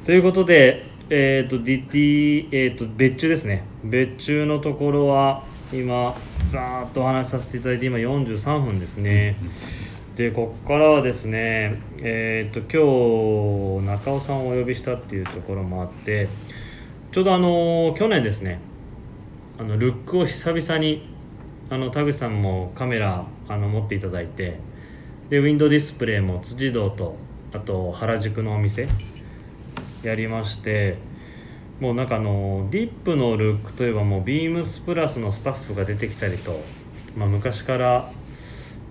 ということで、えっ、と、ディティ、えっ、と、別注ですね。別注のところは、今、ざーっとお話しさせていただいて、今43分ですね。で、ここからはですね、えっ、と、今日、中尾さんをお呼びしたっていうところもあって、ちょうどあの去年ですね、あのルックを久々にあの田口さんもカメラあの持っていただいてでウィンドウディスプレイも辻堂とあと原宿のお店やりましてもうなんかあのディップのルックといえばもうビームスプラスのスタッフが出てきたりと、まあ、昔から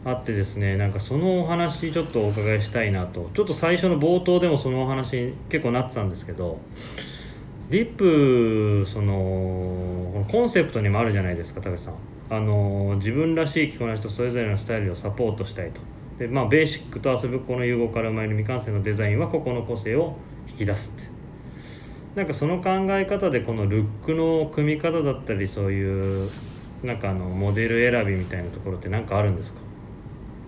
あってですねなんかそのお話ちょっとお伺いしたいなとちょっと最初の冒頭でもそのお話結構なってたんですけどディップそのこのコンセプトにもあるじゃないですか田口さんあの自分らしい着こなしとそれぞれのスタイルをサポートしたいとで、まあ、ベーシックと遊ぶ子の融合から生まれる未完成のデザインは個々の個性を引き出すってなんかその考え方でこのルックの組み方だったりそういうなんかあのモデル選びみたいなところって何かあるんですか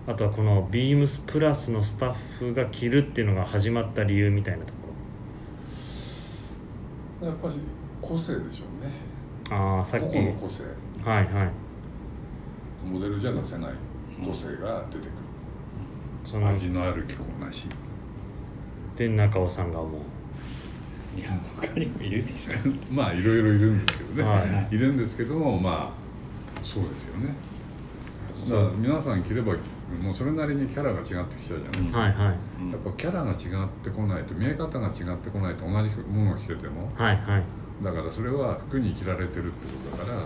あとはこのビームスプラスのスタッフが着るっていうのが始まった理由みたいなとこやっぱり個性でしょうねろああさっき個々の個性はいはいモデルじゃ出せない個性が出てくる、その味のある着こなし で中尾さんが思ういや他にもいるでしょまあいろいろいるんですけどね、、はいるんですけどもまあそうですよねだから皆さん着ればもうそれなりにキャラが違ってきちゃうじゃないですか、はいはいやっぱキャラが違ってこないと見え方が違ってこないと同じものを着ててもはいはいだからそれは服に着られてるってことだから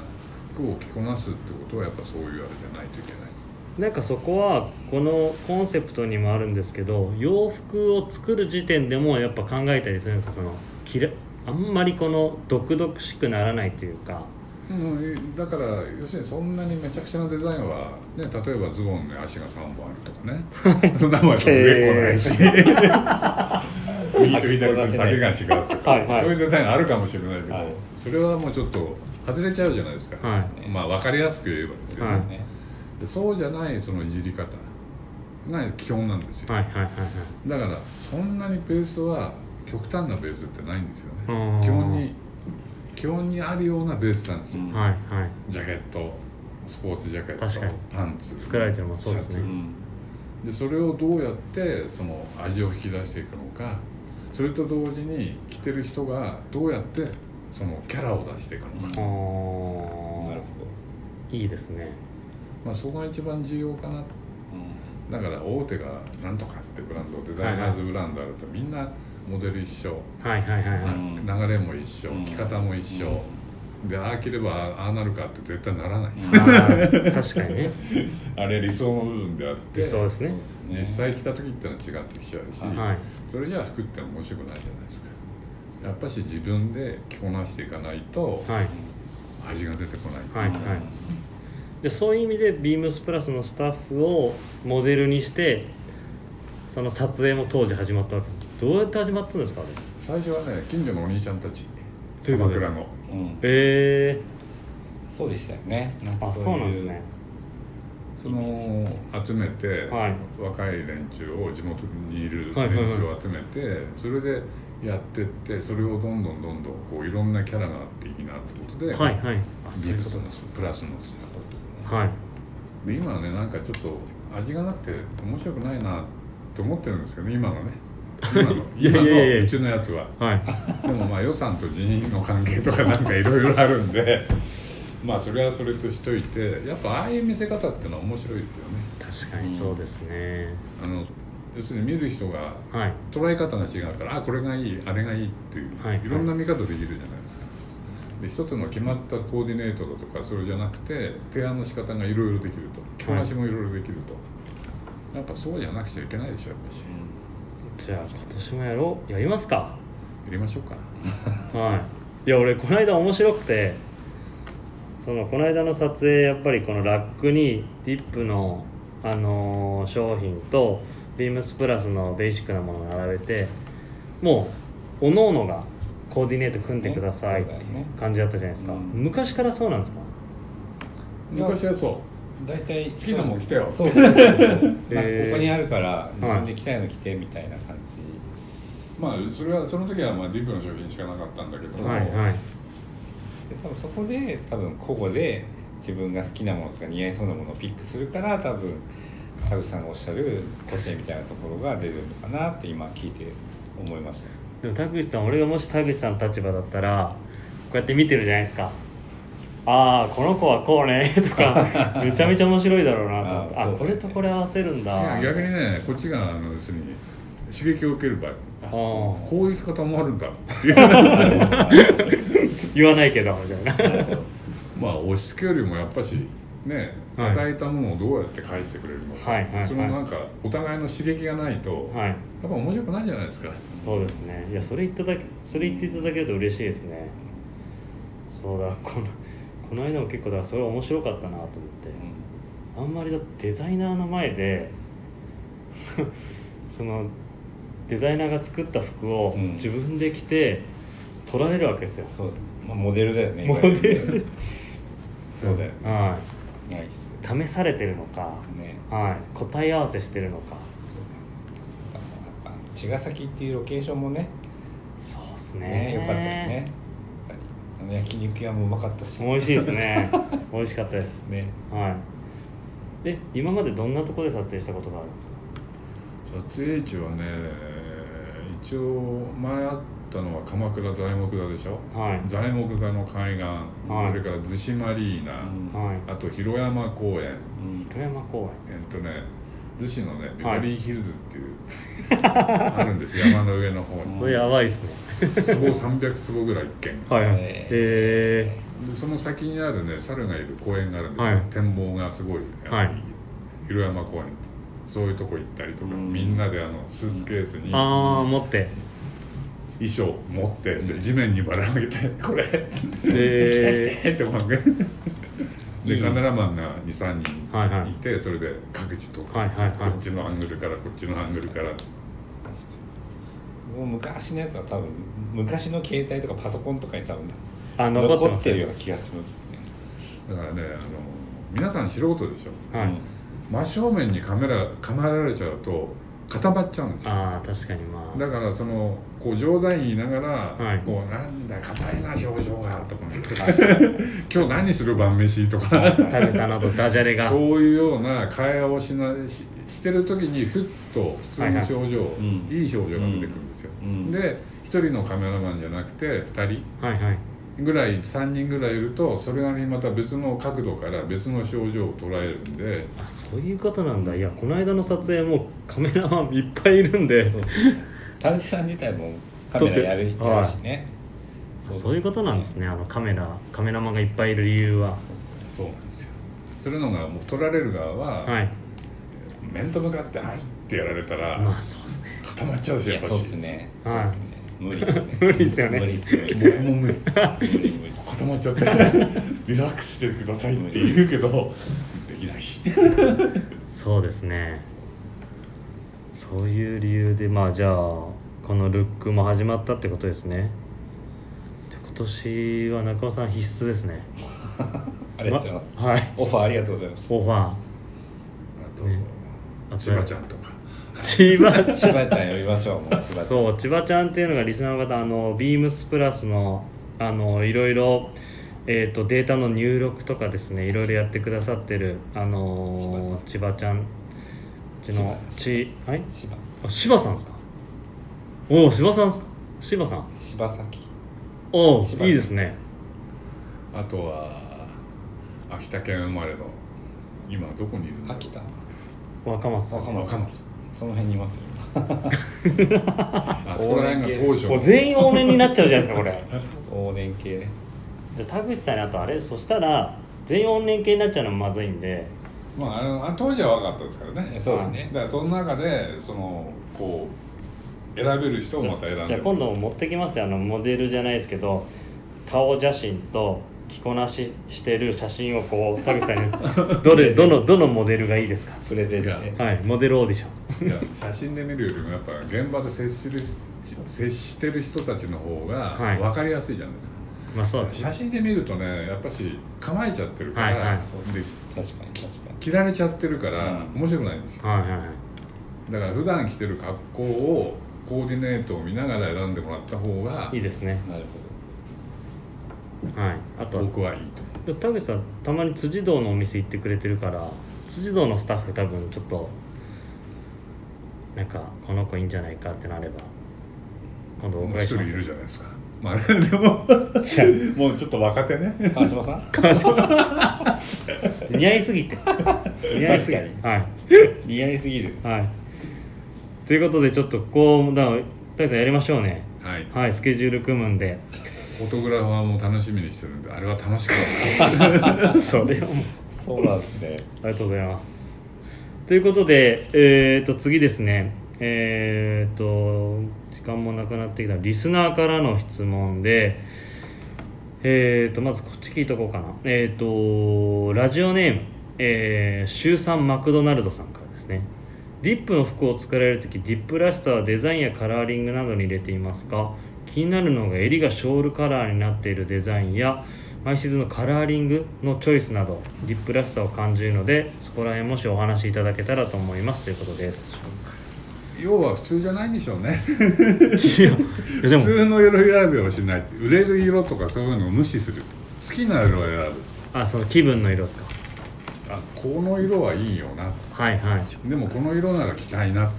服を着こなすってことはやっぱそういうあれじゃないといけないなんかそこはこのコンセプトにもあるんですけど洋服を作る時点でもやっぱ考えたりするんですかそのきれあんまりこの毒々しくならないというかうん、だから要するにそんなにめちゃくちゃなデザインは、ね、例えばズボンに足が3本あるとか ねそんなもんはちょっと上来ないし 右と左と丈が違うとか、はいはいそういうデザインあるかもしれないけど、はいそれはもうちょっと外れちゃうじゃないですか、はまあ分かりやすく言えばですよね、はいねでそうじゃないそのいじり方が基本なんですいよ、はいはいはいはいだからそんなにベースは極端なベースってないんですようねん基本に基本にあるようなベースなんですよ、うんはいはいジャケットスポーツジャケット確かにパンツ作られてるのもそうですねシャツでそれをどうやってその味を引き出していくのかそれと同時に着てる人がどうやってそのキャラを出していくのか、あなるあほいいですねまあ、そこが一番重要かなどだから大手がなんとかってブランドデザイナーズブランドあるとみんなモデル一緒、はいはい はいはいんな流れも一緒、うん着方も一緒、でああ着ればああなるかって絶対ならない、うんあー確かにねあれ理想の部分であってそうですね実際着た時ってのは違ってきちゃうし、はいそれじゃあ服って面白くないじゃないですかやっぱし自分で着こなしていかないとはい味が出てこなはいい、はいでそういう意味でビームスプラスのスタッフをモデルにしてその撮影も当時始まったわけどうやって始まったんですかあれ最初はね近所のお兄ちゃんたちということです鎌倉のうんえそうでしたよねー、あそうなんですねその集めて、はい若い連中を地元にいる連はいはいはい中を集めて、それでやってってそれをどんどんどんどんこういろんなキャラがあっていいなってことで、はいはいあそうビいうブこスとのプラスのスターそうですねはいトで今はねなんかちょっと味がなくて面白くないなって思ってるんですけどね今のね今の いやいや今いやいやのうちのやつははいでもまあ予算と人員の関係とかなんかいろいろあるんでまあそれはそれとしといてやっぱああいう見せ方ってのは面白いですよね確かにそうですねあの要するに見る人がはい捉え方が違うからあこれがいいあれがいいっていう、はいい、ろんな見方できるじゃないですかで一つの決まったコーディネートだとかそれじゃなくて提案の仕方がいろいろできると着こなしもいろいろできると、やっぱそうじゃなくちゃいけないでしょやっぱしやじゃあ今年もやろうやりますかりましょうかはいいや俺この間面白くてそのこの間の撮影やっぱりこのラックにディップの、あのー商品とビームスプラスのベーシックなものを並べてもうおののがコーディネート組んでくださいってねそうだよね感じだったじゃないですか、うん昔からそうなんですか昔はそ大体好きなもん着てよそうそうそうそうなんかこへーこにあるから自分で着たいの着てみたいな感じうまあそれはその時はまあディップの商品しかなかったんだけども、はいはいで多分そこで多分個々で自分が好きなものとか似合いそうなものをピックするから多分田口さんがおっしゃる個性みたいなところが出るのかなって今聞いて思いましでたも田口さん俺がもし田口さんの立場だったらこうやって見てるじゃないですかああこの子はこうね とかめちゃめちゃ面白いだろうなと思ってあ,、 あーそうだねこれとこれ合わせるんだいや逆にねこっちがあの要するに刺激を受ける場合ああーこういう着方もあるんだっていう 言わないけどみたいな まあ押し付けよりもやっぱしね、はい与えたものをどうやって返してくれるのか、はいはいはいそのなんかお互いの刺激がないと、やっはいぱ面白くないじゃないですかそうですねいやそれ言っただけそれ言っていただけると嬉しいですねそうだこのこの間も結構だからそれ面白かったなと思って、あんまりだってデザイナーの前で そのデザイナーが作った服をうん自分で着て取られるわけですよ、そう、まあ、 モデルだよねモデルそうだよね はないでい試されてるのか、すねはい、答え合わせしてるのかやっぱ茅ヶ崎っていうロケーションもねそうっすねね良かったよねやっぱりあの焼肉屋もうまかったし美味しいです ね美味しかったですねはいえ今までどんなところで撮影したことがあるんですか撮影地はね一応前あっったのは鎌倉材木座でしょはい材木座の海岸、はいそれから逗子マリーナ、はいあと広山公園広山公えっとね逗子のねビはいバリーヒルズっていう、あるんです山の上の方園 にこれやばいっすね坪300坪ぐらい一軒はいはいえーえでその先にあるね猿がいる公園があるんですよ、はい展望がすごい、ねはい広山公園そういうとこ行ったりとか、うんみんなであのスーツケースにー、ああ持 って衣装持ってってうん地面にばらまげて 「これ!」えって思うわけいでいカメラマンが23はいは人いいて、それで各自とか、はいはいはいこっちのアングルからこっちのアングルからもう昔のやつは多分昔の携帯とかパソコンとかに多分ー、あ残って残まっすてるよねうな気がしますねだからねあの皆さん素人でしょはい、真正面にカメラ構えられちゃうと固まっちゃうんですよああ確かにまあだからそのこう冗談言いながら、はいこうなんだ硬いな表情がとかね今日何する晩飯とか田口さんのとダジャレがそうういうような会話をしなししてる時にふっと普通の表情、いいうん表情が出てくるんですよ、うんで一人のカメラマンじゃなくて2人はいはいぐらい3人ぐらいいるとそれなりにまた別の角度から別の表情を捉えるんであそういうことなんだいやこの間の撮影もカメラマンいっぱいいるんでそうですね田口さん自体もカメラやる撮ってはいやるしねあそういうことなんですねあのカメラカメラマンがいっぱいいる理由はそうなんですよそれのがもう撮られる側は、はい面と向かって「はい」ってやられたら、まあそうですね固まっちゃうしいやっやぱそうしですねはいそうっすね無理ですね 無理っすよね無理っす無理無僕も無理理無理固まっちゃって リラックスしてくださいって言うけどできないしそうですねそういう理由でまあじゃあこのルックも始まったってことですねで今年は中尾さん必須ですねありがとうございますまはいオファーありがとうございますオファあねとあ千葉ちゃんとかー千葉しばちゃん呼びま しょうもうしばちゃんそう千葉ちゃんっていうのがリスナーの方あのビームスプラスのあのいろいろ、えー、とデータの入力とかですねいろいろやってくださってるあの千葉ちゃんうちのちはいしばあ柴さんですかおお柴さんですか柴さん柴崎おおいい柴さんですねあとは秋田県生まれの今どこにいるの秋田若松さん若松松その辺にい ますよあそこら辺が当初お全員往年になっちゃうじゃないですかこれ往年系ねじゃあ田口さんにあとあれそしたら全員往年系になっちゃうのはまずいんでまああのあ当時は若かったですからねそうですだねからその中でそのこう選べる人をまた選んでじゃあ今度持ってきますよあのモデルじゃないですけど顔写真と着こなししてる写真をこう田口さん にどれどのどのモデルがいいですかプレゼンでねはいモデルオーディションいや写真で見るよりもやっぱ現場で接する接してる人たちの方がはい分かりやすいじゃないですか、まあそうです写ね真で見るとねやっぱし構えちゃってるから、はいはいで確かに確かに切られちゃってるからうん面白くないんですよはいはいはいだから普段着てる格好をコーディネートを見ながら選んでもらった方がいいですねなるはいあと僕はいいと思うで田口さんたまに辻堂のお店行ってくれてるから辻堂のスタッフ多分ちょっとなんかこの子いいんじゃないかってなれば今度おもう伺い一し人まいするじゃないですかまあでももうちょっと若手ねほど川島さん川島さん似合いすぎて似合いすぎて確はい似合いすぎるはい。ということでちょっとこうだから大地さんやりましょうね。はいはいスケジュール組むんで。フォトグラファーも楽しみにしてるんであれは楽しかった それはもうそうなんですねありがとうございます。ということでえっ、と次ですね。えっ、と時間もなくなってきたリスナーからの質問で。えー、とまずこっち聞いとこうかなえっ、とラジオネーム、えー、週3マクドナルドさんからですねディップの服を作られる時ディップらしさはデザインやカラーリングなどに入れていますが気になるのが襟がショールカラーになっているデザインや毎シーズンのカラーリングのチョイスなどディップらしさを感じるのでそこら辺もしお話しいただけたらと思いますということです要は普通じゃないんでしょういねやで普も通の色選びをしない売れる色とかそういうのを無視する好きな色を選あその気分の色ですかぶあこの色はいいよなはいはいでもこの色なら着たいなと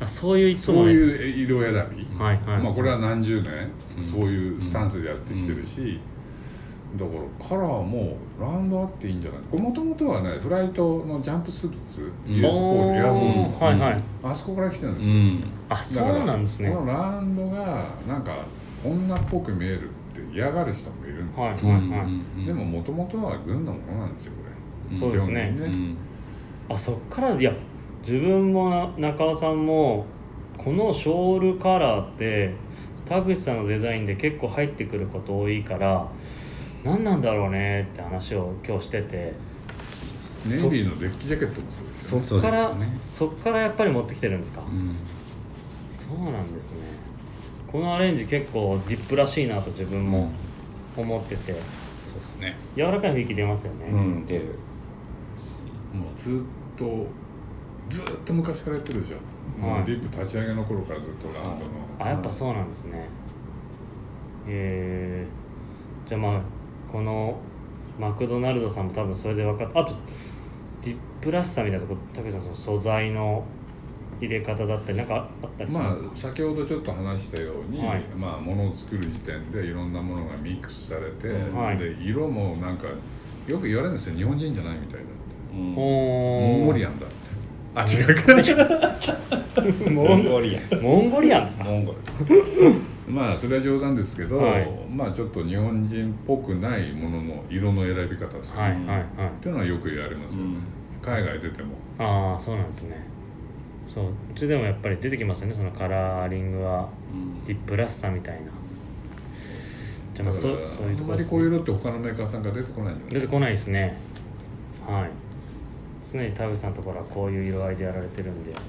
あそういういつそもうねいう色選び、はいはいまあ、これは何十年、うんそういうスタンスでやってきてるし、だからカラーもラウンドあっていいんじゃないこれもともとはねフライトのジャンプスーツうんユースポールエアフォースおーはいはいのあそこから来てるんでうすよ、んあだそからうなんですねこのラウンドがなんか女っぽく見えるって嫌がる人もいるんですよ、はいうんでももともとは軍のものなんですよこれそうですね基う本的にんあそっからいや自分も中尾さんもこのショールカラーって田口さんのデザインで結構入ってくること多いから何なんだろうねって話を今日しててネイビーのデッキジャケットもそうでそっそうすよねかですらよねそっからやっぱり持ってきてるんですか、うんそうなんですねこのアレンジ結構ディップらしいなと自分も思っててそうですね柔らかい雰囲気出ますよね、うん出るもうずっとずっと昔からやってるでしょ、はいもうディップ立ち上げの頃からずっとラウンドの、あやっぱそうなんですねえー、じゃあまあこのマクドナルドさんも多分それで分かったあとディップらしさみたいなとこ武さんその素材の入れ方だったりなんかあったりしままあすか、先ほどちょっと話したように、はいまあ物を作る時点でいろんなものがミックスされて、はいで色もなんかよく言われるんですよ日本人じゃないみたいだってうんモモンゴリアンだってあ違うかモンゴリアンアンモンゴリアンですかモンゴルまあそれは冗談ですけど、はいまあちょっと日本人っぽくないものの色の選び方ですよね、はいはっいはいていうのはよく言われますよね、うん海外出てもああそうなんですねそううちでもやっぱり出てきますよねそのカラーリングはディップらしさみたいなじゃあまあそだからそういうとあんこまろりこういう色って他のメーカーさんから出てこないんじゃない出てこないですねはい常に田口さんのところはこういう色合いでやられてるんでじゃ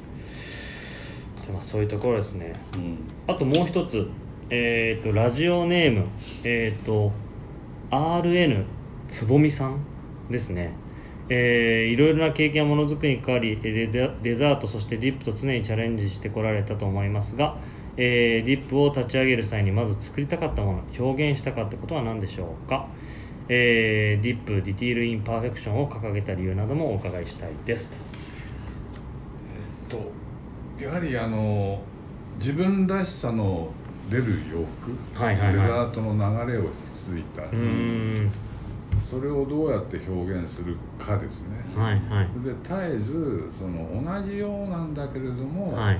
あまあそういうところですねうんあともう一つえっ、とラジオネームえっ、と RN つぼみさんですねえーいろいろな経験やものづくりに関わりデザデザートそしてディップと常にチャレンジしてこられたと思いますが、えーディップを立ち上げる際にまず作りたかったもの表現したかったことは何でしょうか、えーディップディティールインパーフェクションを掲げた理由などもお伺いしたいですとやはりあの自分らしさの出る洋服、はいはいはいデザートの流れを引き継いだ、とうーんそれをどうやって表現するかですね、はいはいで絶えずその同じようなんだけれども、はい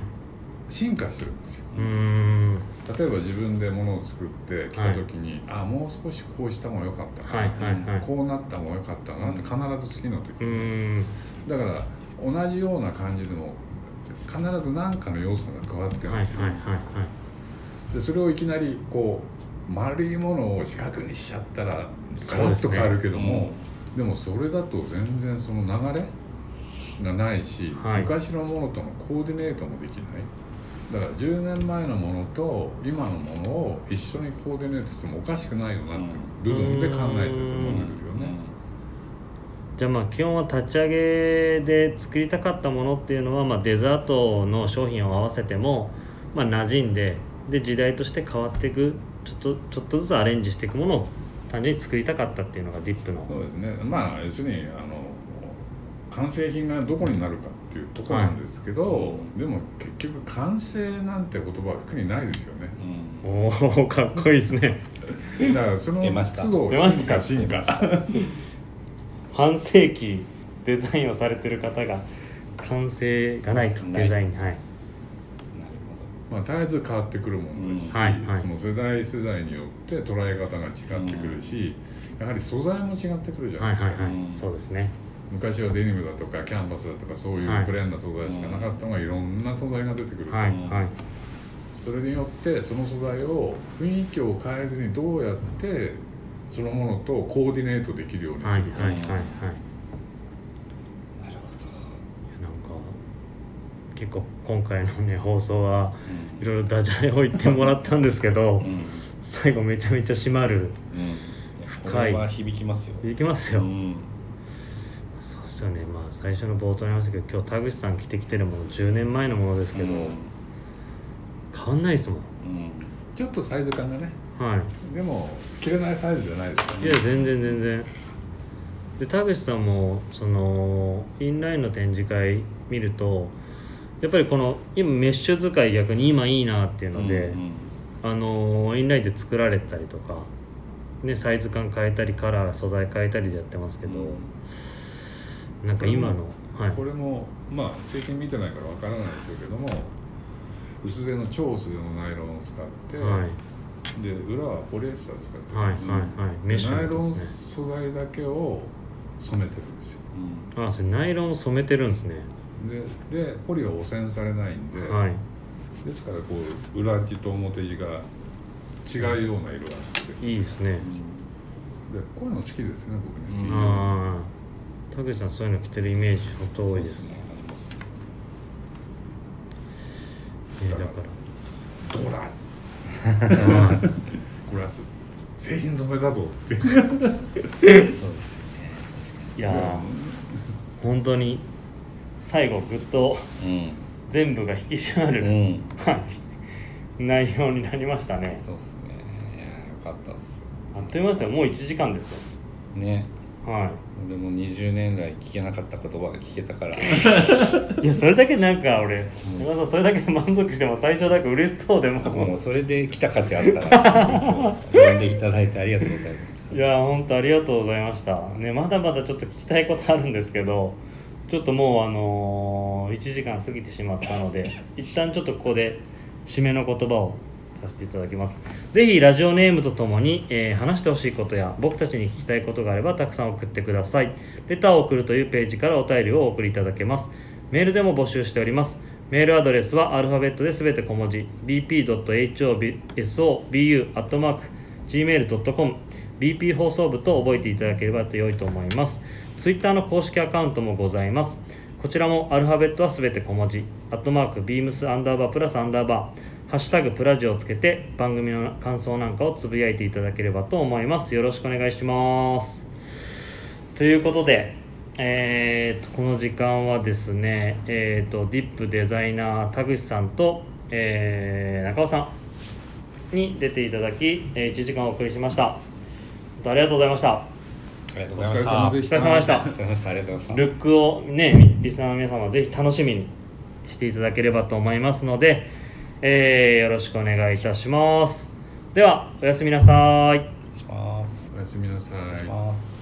進化してるんですようーん例えば自分で物を作って着た時に、あもう少しこうした方が良かったな、はいはいはいこうなった方が良かったなって必ず次の時、うーんだから同じような感じでも必ず何かの要素が加わってるんはいはいですよ、はいでそれをいきなりこう丸いものを四角にしちゃったらガラッとそうですね変わるけどもで,、もそれだと全然その流れがないし、はい昔のものとのコーディネートもできないだから10年前のものと今のものを一緒にコーディネートしてもおかしくないよなっていう部分で考えてるんですようんものづくりをね。じゃあまあ基本は立ち上げで作りたかったものっていうのはまあデザートの商品を合わせてもまあ馴染んでで時代として変わっていくちょっとちょっとずつアレンジしていくものを単純に作りたかったっていうのがディップのそうですねまあ要するにあの完成品がどこになるかっていうところなんですけど、はいでも結局完成なんて言葉は服にないですよねうおんおかっこいいですねだからその出ました都度出まし進た化進化して半世紀デザインをされてる方が完成がないとないデザインにはいなるまあ絶えず変わってくるものだし、うんはいはいその世代世代によって捉え方が違ってくるし、やはり素材も違ってくるじゃなはいいですか、はいはうんいそうですね昔はデニムだとかキャンバスだとかそういはういプレーンな素材しかなかったのがいろんな素材が出てくる、はいはいそれによってその素材を雰囲気を変えずにどうやってそのものとコーディネートできるようにはいするか、はいはいはいほどなるほいやなんか結構今回のね放送はどうんいろいろダジャレを言ってもらったんですけどうん最後めちゃめちゃ締まるうんや深いこれは響きますよいきますよ、うんそうですよねまあ最初の冒頭にありましたけど今日田口さん着てきてるもの10年前のものですけど、うん変わんないですもんうんちょっとサイズ感がねはいでも着れないサイズじゃないですからいや全然全然で田口さんもそのインラインの展示会見るとやっぱりこの今メッシュ使い逆に今いいなっていうので、うんあのーインラインで作られたりとか、ね、サイズ感変えたりカラー素材変えたりでやってますけど、なんか今の、はい、これもまあ製品見てないからわからないでしょうけども薄手の超薄手のナイロンを使って、はいで裏はポリエステル使ってはいはまいす、はいメッシュナイのロやつンです素材だけを染めてるんですよねあそれナイロンを染めてるんですねででポリは汚染されないんで、はいですからこう裏地と表地が違うような色があってでいいですね、こういうの好きですね僕ね、うんああ田口さんそういうの着てるイメージ本当多いですねそうですねねだかドラらあーこれは製品染めだぞっていやー本当に最後ぐっと全部が引き締まる、うんうんはい内容になりましたねそうっすねいやよかったっすあっという間ですよもう1時間ですよねは俺も20年来聞けなかった言葉が聞けた からいいやそれだけなんか俺ん山田さんそれだけで満足しても最初だけ嬉しそうでももうそれで来た価値あったな呼んでいただいてありがとうございますいや本当ありがとうございましたねまだまだちょっと聞きたいことあるんですけどちょっともうあのー、1時間過ぎてしまったので一旦ちょっとここで締めの言葉をさせていただきますぜひラジオネームとともに、えー話してほしいことや僕たちに聞きたいことがあればたくさん送ってくださいレターを送るというページからお便りをお送りいただけますメールでも募集しておりますメールアドレスはアルファベットで全て小文字 bp.hosobu.gmail.com bp 放送部と覚えていただければと良いと思いますツイッターの公式アカウントもございますこちらもアルファベットはすべて小文字、アットマーク、ビームスアンダーバープラスアンダーバー、ハッシュタグプラジオをつけて番組の感想なんかをつぶやいていただければと思います。よろしくお願いします。ということで、えー、とこの時間はですね、えー、とディップデザイナー田口さんと、えー中尾さんに出ていただき、えー1時間お送りしました。本当ありがとうございました。ありがとうおご疲ざいれました様でおし疲たれ様でした。ありがとうございましたありがとうございましたルックをねリスナーの皆様ぜひ楽しみにしていただければと思いますので、えーよろしくお願いいたしますではおやすみなさいお願いしますおやすみなさお願いしいます